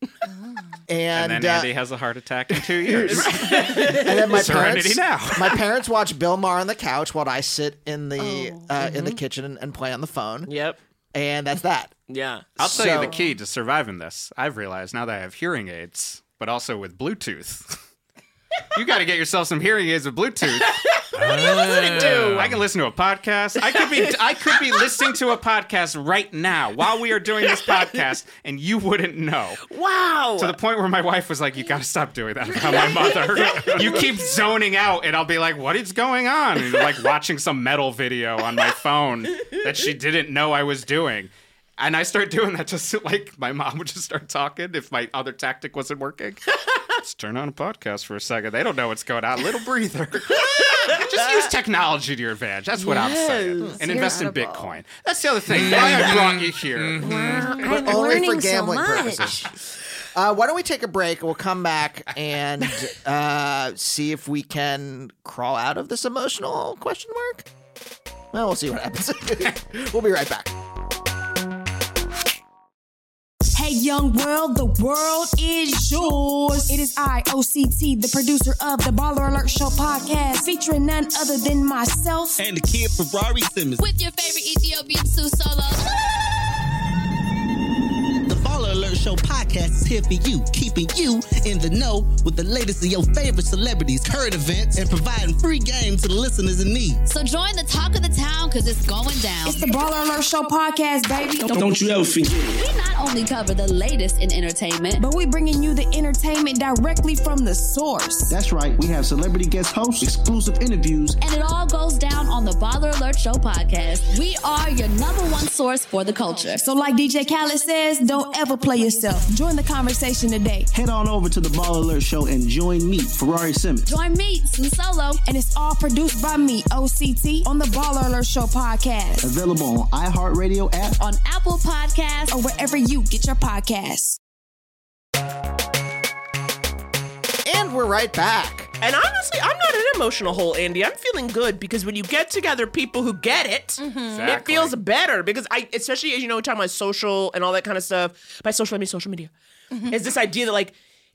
and,
and
then
uh,
Andy has a heart attack in two years.
and then my
Serenity
parents, my parents watch Bill Maher on the couch while I sit in the uh, in the kitchen and, and play on the phone.
Yep.
And that's that.
Yeah.
I'll tell you
So-
the key to surviving this. I've realized now that I have hearing aids, but also with Bluetooth. you got to get yourself some hearing aids with Bluetooth. what are you listening
to?
I can listen to a podcast. I could be I could be listening to a podcast right now while we are doing this podcast, and you wouldn't know.
Oh,
Wow.
uh,
To the point where my wife was like, "You got to stop doing that about my mother. you keep zoning out," and I'll be like, "What is going on?" And like watching some metal video on my phone that she didn't know I was doing. And I start doing that just so, like my mom would just start talking if my other tactic wasn't working. Let's turn on a podcast for a second. They don't know what's going on. Little breather. just use technology to your advantage. That's what I'm saying.
Yes.
And invest in
Incredible.
Bitcoin. That's the other thing. Why I brought you here.
But only for gambling purposes. Uh, why don't we take a break? We'll come back and uh, see if we can crawl out of this emotional question mark. Well, we'll see what happens. we'll be right back.
Hey, young world, the world is yours. It is I, OCT, the producer of the Baller Alert Show podcast, featuring none other than myself.
And the kid Ferrari Simmons.
With your favorite Ethiopian Sue Solo.
The Baller Alert Show podcast is here for you, keeping you in the know with the latest of your favorite celebrities, current events, and providing free games to the listeners in need.
So join the talk of the town because it's going down.
It's the Baller Alert Show podcast, baby.
you ever forget it.
We not only cover the latest in entertainment, but we bringing you the entertainment directly from the source.
That's right, we have celebrity guest hosts, exclusive interviews,
And it all goes down on the Baller Alert Show podcast. We are your number one source for the culture.
So, like DJ Khaled says, don't ever play yourself. Join the conversation today.
Head on over to the Baller Alert Show and join me, Ferrari Simmons.
Join me, Sue Solo, and it's all produced by me, OCT, on the Baller Alert Show podcast.
Available on iHeartRadio app.
on Apple Podcasts or wherever you get your podcasts.
And we're right back.
And honestly, I'm not an emotional hole, Andy. I'm feeling good because when you get together people who get it,
Mm-hmm.
it
Exactly.
feels better. Because I, especially as you know, we're talking about social and all that kind of stuff. By social, I mean social media.
Mm-hmm.
Mhm.
It's this idea that like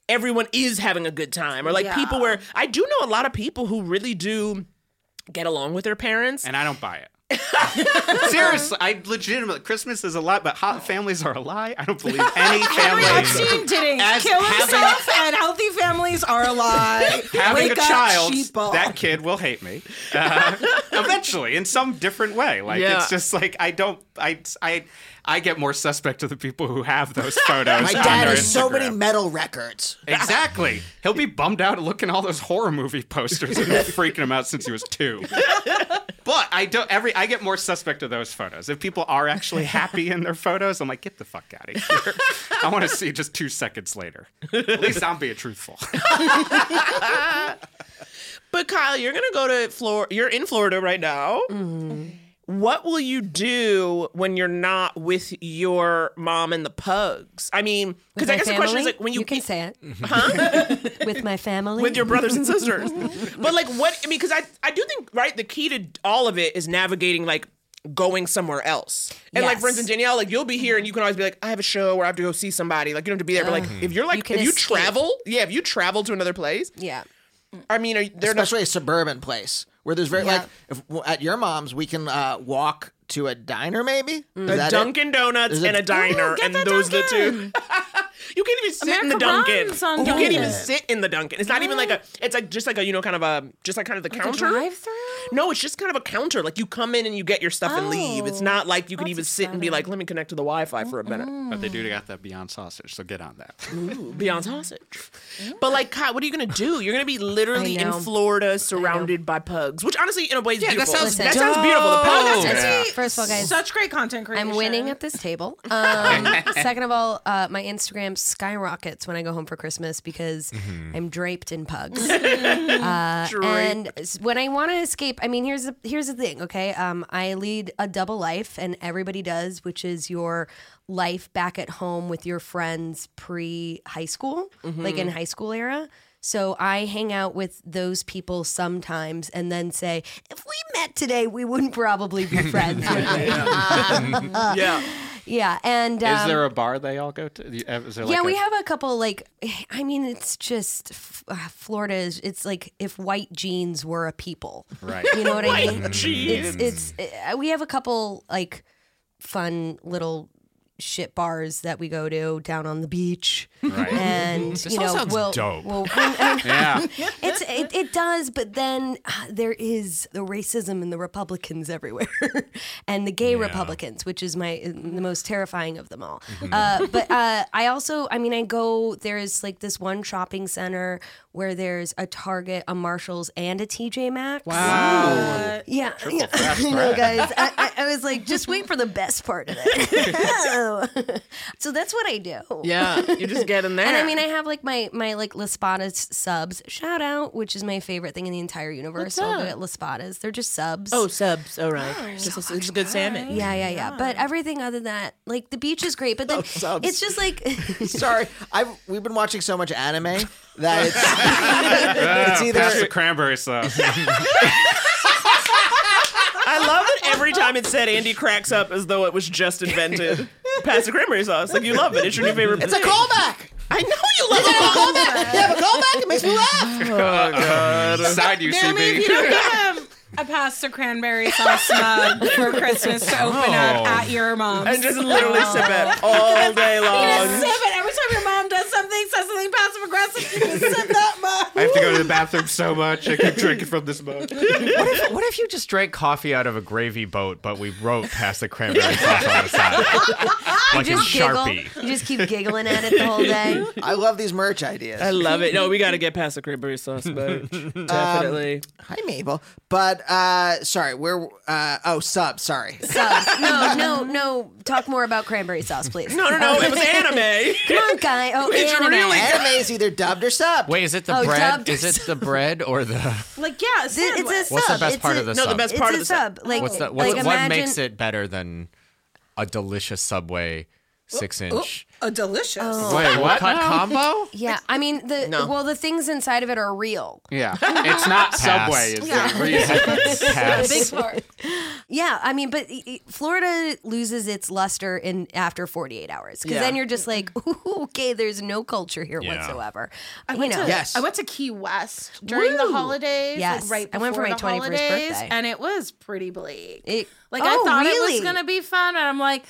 everyone is having a good time, or like
Yeah.
people where I do know a lot of people who really do get along with their parents.
And I don't buy it. Seriously, I legitimately Christmas is a lie, but hot families are a lie. I don't believe any family.
Epstein didn't kill himself, and healthy families are alive.
having
Wake
a
up,
child,
sheeple.
that kid will hate me uh, eventually in some different way. Like
Yeah.
it's just like I don't, I, I, I get more suspect of the people who have those photos.
My
on
dad
their
has so
Instagram.
many metal records.
Exactly. He'll be bummed out looking at all those horror movie posters and freaking him out since he was two. But I don't every I get more suspect of those photos. If people are actually happy in their photos, I'm like, get the fuck out of here. I want to see just two seconds later. At least I'm being truthful.
But Kyle, you're gonna go to Florida. You're in Florida right now.
Mm-hmm.
What will you do when you're not with your mom and the pugs? I mean,
With
because I
my
guess the question
family?
is like when you,
can say it with my family,
with your brothers and sisters. but like what I mean, because I I do think right the key to all of it is navigating like going somewhere else. And like for
Yes.
instance, Danielle, like you'll be here and you can always be like, I have a show where I have to go see somebody. Like you don't have to be there. But like
Ugh.
if you're like
You can
if you
escape.
travel, yeah, if you travel to another place,
yeah.
I mean, are you- they're
especially a suburban place where there's very
Yeah.
like if, w- at your mom's we can uh, walk to a diner maybe
Mm. A Dunkin' Donuts and a diner, and those are the two. you can't even sit in the
America
Dunkin'.
runs on
you can't even
Dunkin'.
sit in the Dunkin'. It's not even like a. It's like just like a you know kind of a just like kind of the
Like a
counter.
drive-thru?
No, it's just kind of a counter. Like you come in and you get your stuff and leave. It's not like you can even sit and be like, let me connect to the Wi-Fi for a minute.
But they do got that Beyond sausage, so get on that.
Ooh, Beyond sausage. But like, Kai, what are you gonna do? You're gonna be literally
I
in
know.
Florida, surrounded by pugs, which honestly, in a way, is
Yeah, that
beautiful.
sounds
that sounds
dope.
beautiful. The
Oh,
pugs.
that's Yeah.
sweet. First of all, guys,
such great content creation.
I'm winning at this table. Um, second of all, uh, my Instagram skyrockets when I go home for Christmas because I'm draped in pugs. uh,
Draped.
and s- when I want to escape, I mean, here's the here's the thing. Okay, um, I lead a double life, and everybody does, which is your life back at home with your friends pre high school, like in
Mhm.
high school era. So I hang out with those people sometimes, and then say, if we met today, we wouldn't probably be friends. would we?"
Yeah. Yeah.
yeah, and
is
um,
there a bar they all go to? Do you- uh, Is there like
yeah,
a,
we have a couple. Like, I mean, it's just f- uh, Florida is. It's like if white jeans were a people,
Right.
You know what
White
I mean?
jeans.
It's it's. Uh, we have a couple like fun little shit bars that we go to down on the beach,
Right.
and
This
you
all
know,
sounds
we'll,
dope.
we'll- I mean,
Yeah.
it's it, it does, but then uh, there is the racism and the Republicans everywhere, and the gay Republicans, which is my the most terrifying of them all.
Mm-hmm.
Uh, but uh, I also, I mean, I go there's like this one shopping center where there's a Target, a Marshalls, and a TJ Maxx.
Wow.
Yeah,
Triple
yeah.
fast
I know,
track.
guys. I, I, I was like, just wait for the best part of it. so that's what I do.
Yeah, you just get in there.
And I mean, I have like my my like Laspadas subs shout out, which is my favorite thing in the entire universe.
What's
So I'll go
up?
at Laspadas. They're just subs.
Oh, subs. All right. This is- it's a good salmon.
Yeah, yeah, yeah, But everything other than that, like the beach is great, but then it's just like
sorry I've we've been watching so much anime that it's
Yeah,
it's either-
Ah, pass the cranberry sauce.
I love that every time it said Andy cracks up as though it was just invented. Pass the cranberry sauce. Like you love it. It's your new favorite.
It's a
thing.
callback.
I know you love it.
callback. You have a callback. It makes me laugh.
Oh, God. Side
Naomi, if you don't
UCB.
get um, a pasta cranberry sauce snug for Christmas to open
Oh.
up at your mom's.
And just literally sip it all day
You
long.
just sip it every time your mom does something, says something passive aggressive. You just sip that mug.
I have to go to the bathroom so much. I keep drinking from this mug.
what, if, what if you just drank coffee out of a gravy boat, but we wrote past the cranberry sauce on the side?
you
Like in
just giggle.
Sharpie.
You just keep giggling at it the whole day.
I love these merch ideas.
I love it. No, we got to get past the cranberry sauce, but
Um,
definitely.
hi, Mabel. But uh, sorry, we're uh, oh sub. Sorry.
Subs. No, no, no. Talk more about cranberry sauce, please.
No, no, no, it was anime.
Come on, guy. Oh,
it's
anime.
really anime is either dubbed or subbed.
Wait, is it the
Oh,
bread?
dubbed
Is it the bread or the?
Like, yeah, it's
it's a
What's the
sub.
best
It's
part
a-
of the No, the sub? best
it's
part
a
of the
sub. Like,
what's the,
like
what's, what
imagine,
makes it better than a delicious Subway
oh,
six inch.
a delicious.
Wait, what? Cut combo?
Yeah, I mean the
No.
well, the things inside of it are real.
Yeah, it's not Subway. Is
Yeah.
it? We're using Pass.
Yeah, I mean, but e- e- Florida loses its luster in after 48 hours because
Yeah.
then you're just like, Ooh, okay, there's no culture here
Yeah.
whatsoever.
I
You
went
know.
to I went to Key West during the
Woo!
holidays.
Yes.
like right
I
before
went for my
the
21st
holidays,
birthday.
and it was pretty bleak.
It-
like
Oh,
I thought it
really?
was gonna be fun, and I'm like,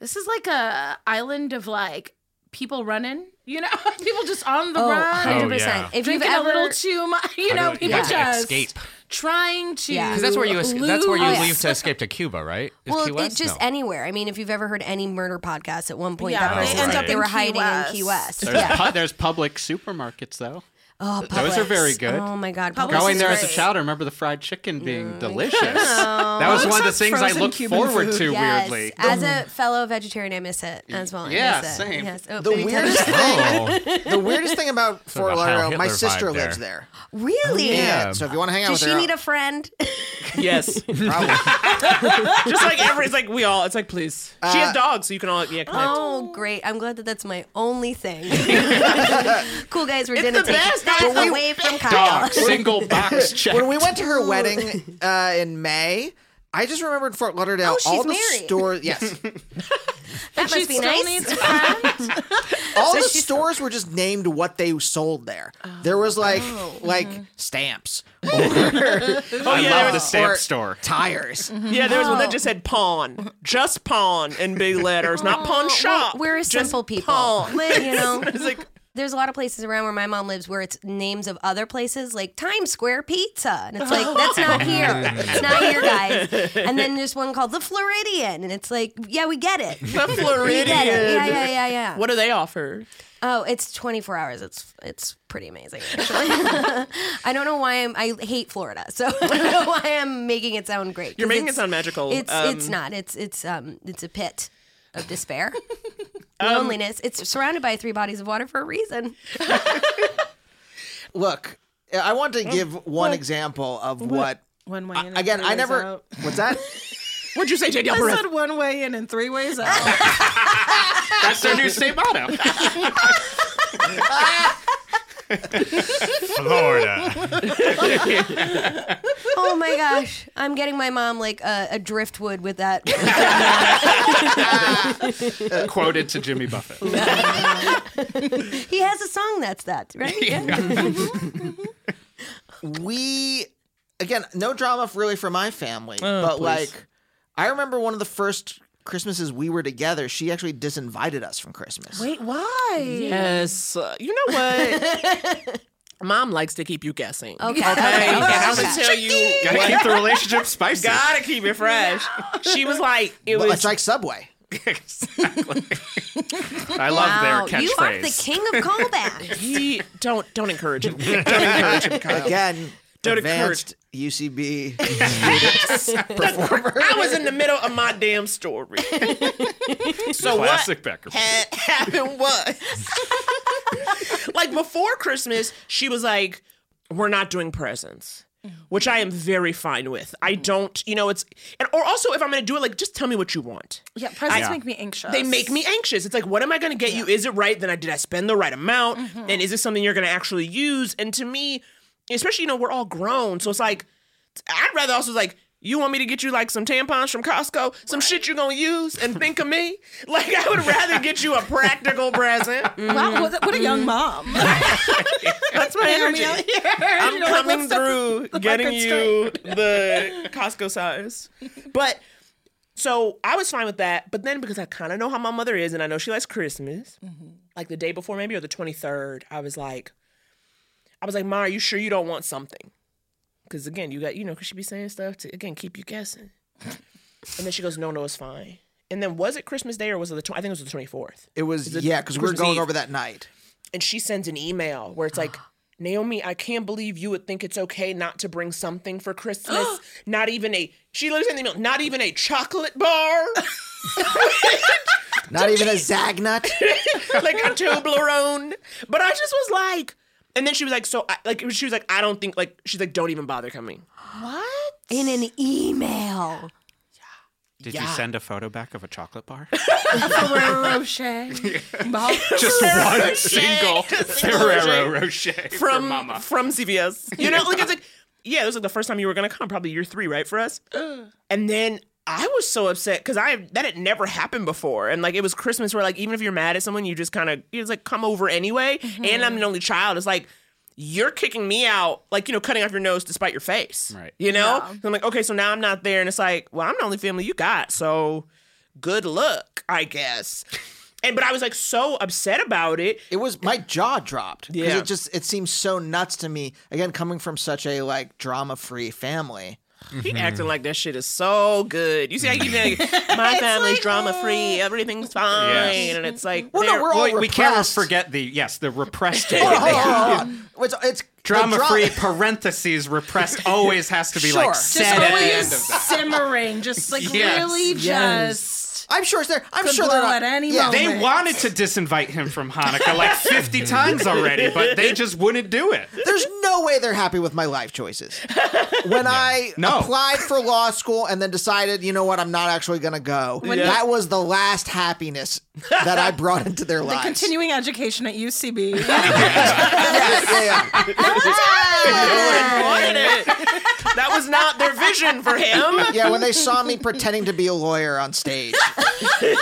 this is like a island of like people running. You know, people just on the
Oh,
run.
100%. Oh, yeah. If you've
drinking a little
ever-
too much,
How
you know,
do-
people
yeah.
just
Escape.
trying to.
Yeah.
'Cause that's where you es- that's where you
Oh, yeah.
leave to escape to Cuba, right? Is
Well,
Key
it
West?
just
No. Oh,
anywhere. I mean, if you've ever heard any murder podcast, at one point
Yeah,
that
they
person's
end up
they
in
were
Key
hiding in
West.
Key West.
There's,
yeah.
pu- there's public supermarkets though.
Oh,
Those are
Publix.
very good.
Oh my God, Publix
Going
is
there as a
great. Mm.
child, I remember the fried chicken being delicious.
Um,
That was
Publix
one of the
has
things I
frozen
looked
Cuban
forward
food.
to
Yes,
weirdly.
As a fellow vegetarian, I miss it as well. I
Yeah,
miss it.
same.
Yes.
Mm.
Oh,
The
baby
weirdest
touch.
thing- the weirdest thing about
Sort
Fort
of a Heil
Lauderdale, oh, my
Hitler
sister
vibe there.
lives there.
Really?
Yeah, so if you wanna hang out
Does
with
she
her-
need a friend?
Yes. Just like every, it's like we all, it's like, please. she
Uh,
has dogs, so you can all, yeah, connect.
Oh, great. I'm glad that that's my only thing. cool, guys. We're dinner
the
tape.
best.
That's
When we-
away from Kyle.
single box check.
When we went to
Oh.
her wedding uh, in May, I just remembered Fort Lauderdale.
Oh, she's
all the
married.
stores, yes,
That
she
must be
still
nice.
needs
So
all the
she's- Oh.
stores were just named what they sold there. there was like
mm-hmm.
like stamps. Or,
Oh, yeah, there was-
or
or-
Tires.
Mm-hmm.
Oh.
Yeah, there was
Oh,
one that just said pawn, just pawn in big letters, not pawn shop.
We're a simple people.
pawn.
Li- You know,
It's like-
there's a lot of places around where my mom lives where it's names of other places like Times Square Pizza, and it's like that's not here. It's not here, guys. And then there's one called the Floridian, and it's like, yeah, we get it.
The
We
Floridian.
get it. Yeah, yeah, yeah, yeah.
What do they offer?
Oh, it's 24 hours. It's it's pretty amazing. Actually. I don't know why I'm. I hate Florida, so I don't know why I'm making it sound great. 'cause
You're making it
it's-
sound magical.
It's it's
Um,
not. It's it's um it's a pit of despair,
Um,
loneliness. It's surrounded by three bodies of water for a reason.
Look, I want
Mm.
to give one
What?
example of what.
One way in.
Again,
and
I
three
never.
ways out.
What's that?
What'd you say, Danielle?
I
Perez?
said one way in and three ways out.
That's their new state motto.
oh my gosh, I'm getting my mom like a, a driftwood with that.
Quoted to Jimmy Buffett.
he has a song that's that, right?
we again no drama really for my family
Oh,
but
please.
like i remember one of the first christmases we were together she actually disinvited us from christmas
Wait, why?
Yes. Uh, you know what? Mom likes to keep you guessing.
Okay.
Okay.
Okay,
And
okay,
I'm
okay.
gonna tell you.
Gotta
what-
keep the relationship spicy.
Gotta keep it fresh. She was like, it
But
was
it's like subway
I love their catchphrase.
you are the
king of callbacks.
he don't don't encourage him. Don't encourage him, Kyle.
again
Don't
advanced ucb
performer. I was in the middle of my damn story. so
Classic
what
Becker.
had happened was, like before Christmas, she was like, "We're not doing presents." Which I am very fine with. I don't, you know, it's and or also if I'm gonna do it, like just tell me what you want.
Yeah, presents
I-
make me anxious.
They make me anxious. It's like, what am I going to get you? Is it right? Then I did I spend the right amount?
Mm-hmm.
And is this something you're going to actually use? And to me, especially you know we're all grown, so it's like I'd rather also like. You want me to get you like some tampons from Costco, some shit you're gonna use, and think of me? Like I would rather get you a practical present.
Wow, what, what a young mom.
That's my energy. I'm
You're like,
coming
let's set the-
through
the
getting
record
you the Costco size. But so I was fine with that. But then because I kind of know how my mother is and I know she likes Christmas,
Mm-hmm.
like the day before maybe or the 23rd, I was like, I was like, Ma, are you sure you don't want something? Because again, you got, you know, because she be saying stuff to, again, keep you guessing. And then she goes, no, no, it's fine. And then was it Christmas Day or was it the, tw- I think it was the 24th.
it was
Is it
yeah because we were
Christmas
going
Eve?
over that night
and she sends an email where it's like Naomi, I can't believe you would think it's okay not to bring something for Christmas. not even a she lives in the email, not even a chocolate bar.
not even a zagnut
like a Toblerone. But I just was like, and then she was like, so I, like she was like, I don't think like she's like, don't even bother coming.
What?
In an email.
Did you
Yeah.
send a photo back of a chocolate bar?
Ferrero
Oh,
Rocher. Malt-
Just
Ferrero
one
Rocher.
single Ferrero Rocher from
from
Mama.
from CVS. You know, like it's like yeah, it was like the first time you were gonna come, probably year three, right, for us. And then I was so upset because I that had never happened before, and like it was Christmas where like even if you're mad at someone, you just kind of you just like come over anyway.
Mm-hmm.
And I'm an only child. It's like you're kicking me out, like you know, cutting off your nose to spite your face, right? You know.
Yeah.
So I'm like, okay, so now I'm not there, and it's like, well, I'm the only family you got, so good luck, I guess. And but I was like so upset about it.
It was my jaw dropped. 'Cause
Yeah.
It just it seems so nuts to me. Again, coming from such a like drama free family.
He acting like that shit is so good. You see how you like, my family's drama free, everything's fine,
Yes.
and it's like
Well, no,
they're-
we're all
Well, we can't
repressed.
forget the yes, the repressed.
Hold on, hold on, hold on. It's, it's the
Drama
dra-
free parentheses repressed always has to be like
Sure.
said at the end of that.
simmering, just like
Yes.
really
Yes.
just.
I'm sure it's there. I'm
could
sure they're
blow
not-
at any
Yeah.
moment.
They wanted to disinvite him from Hanukkah like 50 times already, but they just wouldn't do it.
There's no way they're happy with my life choices. When I
No.
applied for law school and then decided, you know what, I'm not actually going to go.
When-
That was the last happiness that I brought into their
the
lives.
continuing education at UCB.
that was not their vision for him.
Yeah, when they saw me pretending to be a lawyer on stage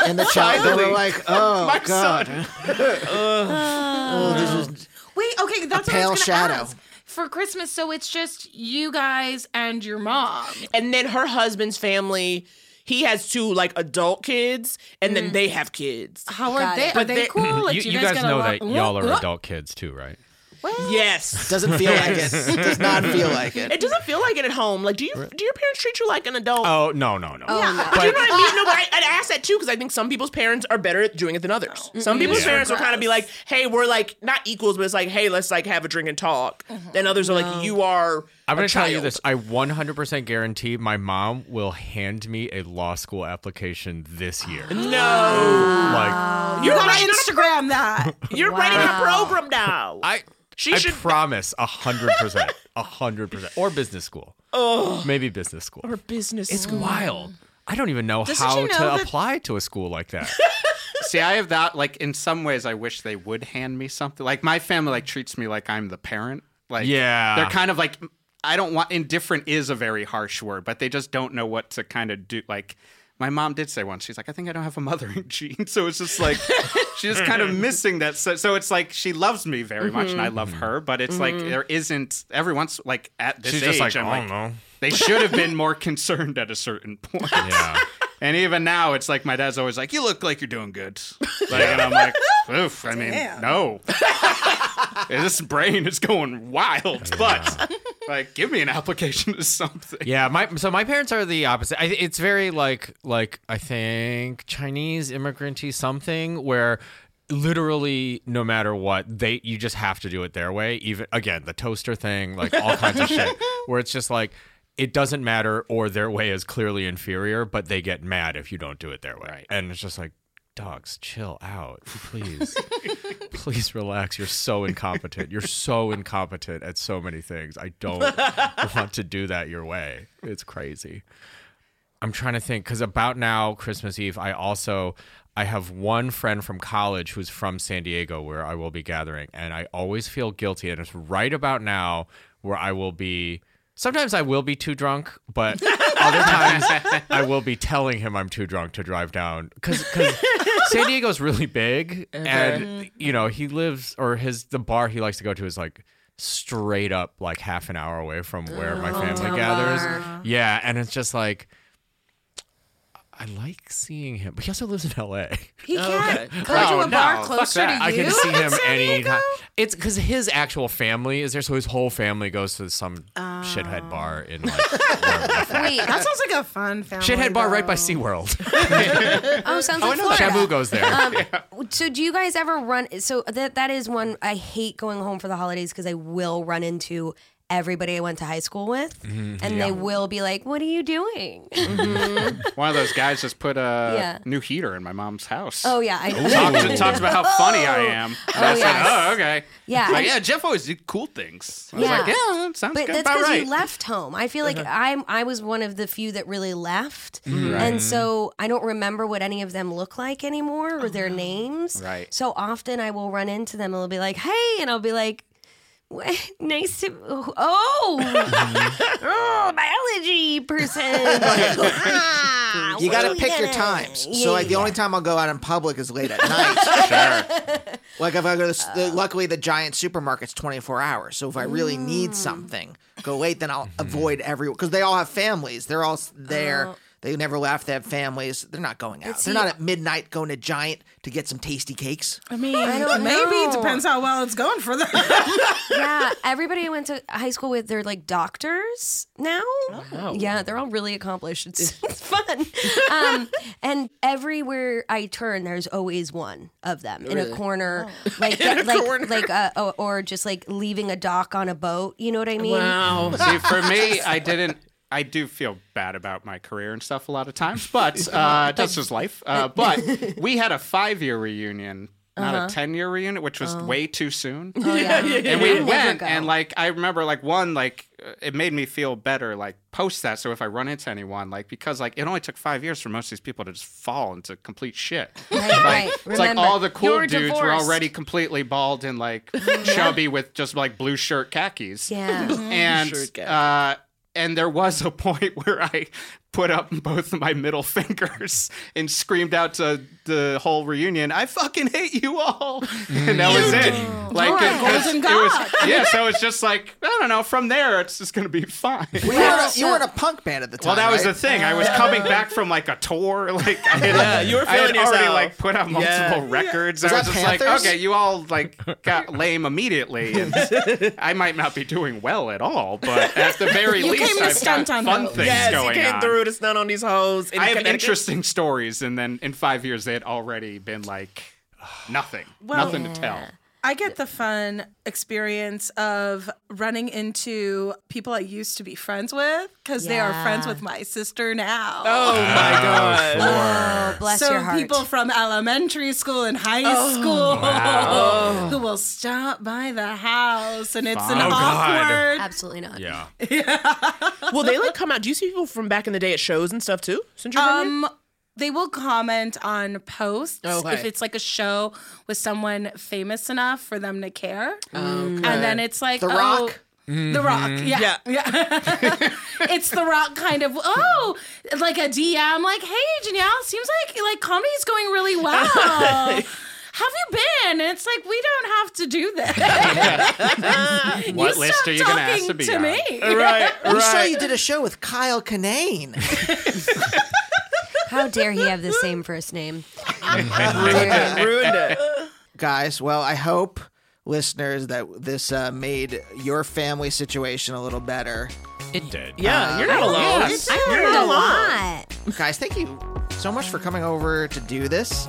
in the child, they were
Finally.
like, "Oh
My
God,
Uh,
Oh, this is
Wait, okay, that's
a
what I
pale
was gonna
shadow."
ask. For Christmas, so it's just you guys and your mom.
And then her husband's family, he has two like adult kids, and then they have kids.
Mm. How are Got they- it. are
But
they
they're-
cool? Like,
you, you guys, know that y'all are adult kids too, right?
Yes,
doesn't feel like it. Does not feel like it.
It doesn't feel like it at home. Like, do you do your parents treat you like an adult?
Oh no, no, no.
yeah, but, you know what I mean. No, but I, I'd ask that too because I think some people's parents are better at doing it than others. Some
Mm-mm.
people's
Yeah.
parents will kind of be like, "Hey, we're like not equals, but it's like, hey, let's like have a drink and talk." Then others are like, "You are."
I'm
a
going to tell you
child."
this. I 100% guarantee my mom will hand me a law school application this year. Oh,
No.
Uh,
Like,
You're
gotta
writing
Instagram that.
You're writing a program now.
I.
She
I
should.
promise, a hundred percent, a hundred percent, or business school,
Ugh.
maybe business school.
Or business.
It's wild. I don't even know
Doesn't
how
she know
to
that-
apply to a school like that.
See, I have that. Like, in some ways, I wish they would hand me something. Like, my family like treats me like I'm the parent. Like,
Yeah.
they're kind of like I don't want indifferent is a very harsh word, but they just don't know what to kind of do. Like, my mom did say once, she's like, I think I don't have a mothering gene, so it's just like she's just kind of missing that. So, so it's like she loves me very much, and I
Mhm.
love her, but it's like
Mhm.
there isn't every once like at this
She's
age,
just like,
I'm
"I
like,
don't know."
they should have been more concerned at a certain point.
Yeah.
And even now, it's like my dad's always like, "You look like you're doing good," like, and I'm like, "Oof!" I mean,
Damn.
no, this brain is going wild. But like, give me an application to something.
yeah, my so my parents are the opposite. I, it's very like like I think Chinese immigranty something where literally no matter what they you just have to do it their way. Even again the toaster thing, like all kinds of shit, where it's just like it doesn't matter or their way is clearly inferior, but they get mad if you don't do it their way, and it's just like. Dogs, chill out, please. please relax. You're so incompetent. You're so incompetent at so many things. I don't want to do that your way. It's crazy. I'm trying to think because about now Christmas Eve, I also I have one friend from college who's from San Diego where I will be gathering, and I always feel guilty. And it's right about now where I will be. Sometimes I will be too drunk, but other times I will be telling him I'm too drunk to drive down because San Diego's really big, and
Mm-hmm.
Okay.
you know he lives or his the bar he likes to go to is like straight up like half an hour away from where my
Oh,
family
town
gathers.
bar.
Yeah, and it's just like I like seeing him, but he also lives in L.A.
He can't
Oh, Okay.
go to a bar closer to you.
I can see
in
him
San
any
Diego?
time. It's because his actual family is there, so his whole family goes to some
Oh.
shithead bar in like
Wait, that sounds like a fun family.
shithead bar right by SeaWorld.
Oh, sounds
Oh, I
like
know that.
Florida.
Shabu goes there.
Um, So, do you guys ever run? So that that is one I hate going home for the holidays because I will run into everybody I went to high school with,
Mm-hmm.
Mhm.
and
Yeah.
they will be like, "What are you doing?"
One of those guys just put a
Yeah.
new heater in my mom's house.
Oh, yeah, I know.
Talks, talks about how funny I am.
Oh,
And I said,
yes.
oh, okay.
Yeah,
It's Like,
and-
yeah, Jeff always did cool things. I was like, yeah, that sounds
But
good.
that's
about
because
right.
you left home. I feel like
Uh-huh.
I'm. I was one of the few that really left,
Mhm. Right.
and so I don't remember what any of them look like anymore or their names.
Oh, Right.
So often I will run into them and they'll be like, "Hey," and I'll be like. "Wha- Nice to oh,
Mm-hmm.
oh biology person. Ah,
you
what
got
are
to
we
pick your
gonna-"
times.
Yeah,
so like the
yeah,
only time I'll go out in public is late at night. sure. Like if I go to s-
Uh.
the luckily the giant supermarket's 24 hours. So if I really
Mm.
need something, go late then I'll
Mm-hmm.
avoid everyone cuz they all have families. They're all s- there.
Oh.
They never left. They have families. They're not going out.
It's-
They're not at midnight going to Giant to get some tasty cakes.
I mean,
I don't
maybe
know.
it depends how well it's going for them.
yeah, everybody I went to high school with, they're like doctors now.
Oh.
Yeah, they're all really accomplished. It's, it's fun. Um, and everywhere I turn, there's always one of them in
Really? Oh.
a corner, like
In a
like
corner.
like uh, or, or just like leaving a dock on a boat. You know what I mean?
Wow. See, for me, I didn't. I do feel bad about my career and stuff a lot of times, but uh, that's just life. Uh, but we had a five-year reunion, not
Uh-huh.
a ten-year reunion, which was
Oh.
way too soon.
Oh, yeah.
and
I
we
never
went,
go.
and like I remember, like one, like uh, it made me feel better, like post that. So if I run into anyone, like because like it only took five years for most of these people to just fall into complete shit.
Right,
like,
right.
It's like
Remember,
all the cool
you're
dudes were
divorced.
already completely bald and like chubby with just like blue shirt khakis.
Yeah.
Mm-hmm.
Mhm.
and
Blue shirt
uh, and there was a point where I put up both of my middle fingers and screamed out to the whole reunion, "I fucking hate you all," and that was it. Like
You're a
it, 'cause
golden
it was
god.
yeah. So it's just like I don't know. From there, it's just gonna be fine.
Well, you, weren't a, you weren't a punk band at the time.
Well, that was
right?
the thing. I was coming back from like a tour. Like I had,
Yeah, you were
I had
feeling
already
yourself.
like put out multiple
Yeah.
records.
Was
I was
that
just like,
Panthers?
okay, you all like got lame immediately, and I might not be doing well at all, but at the very
You
least,
came to
I've got
stunt on
fun
hoes.
things
Yes, you
going
came
on.
through to stunt on these hoes. in
I have
Connecticut.
interesting stories, and then in five years, they had already been like nothing,
Well-
nothing to tell.
I get the fun experience of running into people I used to be friends with because they are friends
Yeah.
with my sister now.
Oh my god.
Oh, bless
so
your heart.
people from elementary school and high
Oh.
school
Wow.
oh.
who will stop by the house and it's
Fun.
an
Oh, God.
awkward
Absolutely not.
Yeah.
Will they like come out? Do you see people from back in the day at shows and stuff too? Since you're from
Um, they will comment on posts
Oh, Okay.
if it's like a show with someone famous enough for them to care. And
Okay.
then it's like
The
oh,
Rock?
The Rock,
Mhm.
yeah, yeah. it's The Rock kind of oh, like a DM, like hey Janelle, seems like like comedy's going really well. How have you been? And it's like we don't have to do that. You
What list
stop
are you gonna
talking
ask to be
to
on?
me.
We saw you did a show with Kyle Kinane.
How dare he have the same first name?
ruined it. Ruined it. Guys, well, I hope listeners that this uh, made your family situation a little better.
It did.
Yeah, you're not alone.
Yes.
I learned a
Guys, thank you so much for coming over to do this.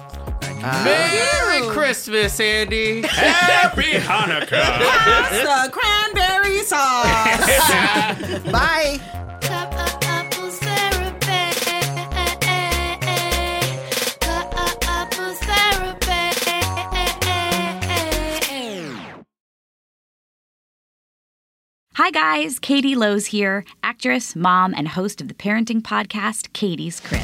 Uh,
Merry Christmas, Andy. Happy Hanukkah.
Pass the cranberry sauce.
Bye.
Cup of apple syrup. eh, eh, eh, eh, eh. Cup of apple syrup. eh, eh, eh, eh, eh, eh.
Hi, guys. Katie Lowe's here, actress, mom, and host of the parenting podcast, Katie's Crib,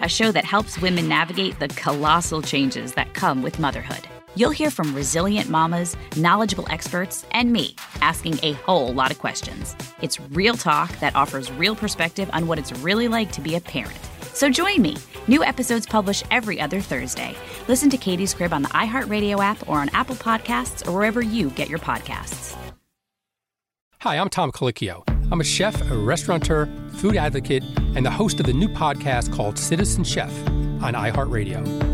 a show that helps women navigate the colossal changes that come with motherhood. You'll hear from resilient mamas, knowledgeable experts, and me asking a whole lot of questions. It's real talk that offers real perspective on what it's really like to be a parent. So join me. New episodes publish every other Thursday. Listen to Katie's Crib on the iHeartRadio app or on Apple Podcasts or wherever you get your podcasts.
Hi, I'm Tom Colicchio. I'm a chef, a restaurateur, food advocate, and the host of the new podcast called Citizen Chef on iHeartRadio.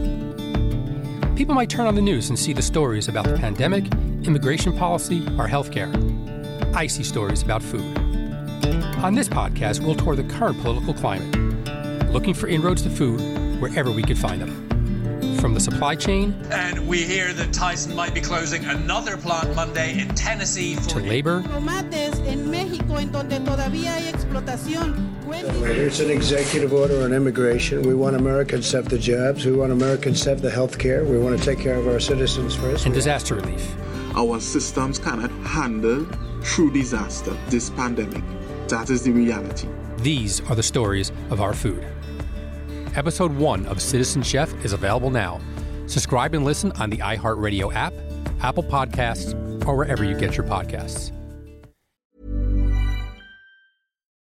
People might turn on the news and see the stories about the pandemic, immigration policy, or healthcare. I see stories about food. On this podcast, we'll tour the current political climate, looking for inroads to food wherever we could find them. from the supply chain
And we hear that Tyson might be closing another plant Monday in Tennessee
to
for
labor
Tomates en México, en donde todavía hay explotación.
Here's an executive order on immigration. We want Americans to have the jobs. We want Americans to have the health care. We want to take care of our citizens first.
and disaster relief.
Our systems cannot handle true disaster, this pandemic. That is the reality.
These are the stories of our food. Episode 1 of Citizen Chef is available now. Subscribe and listen on the iHeartRadio app, Apple Podcasts, or wherever you get your podcasts.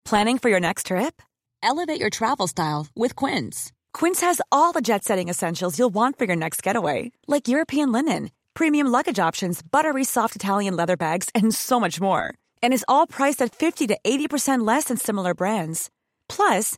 Planning for your next trip? Elevate your travel style with Quince. Quince has all the jet setting essentials you'll want for your next getaway, like European linen, premium luggage options, buttery soft Italian leather bags, and so much more. And is all priced at 50 to 80% less than similar brands. Plus,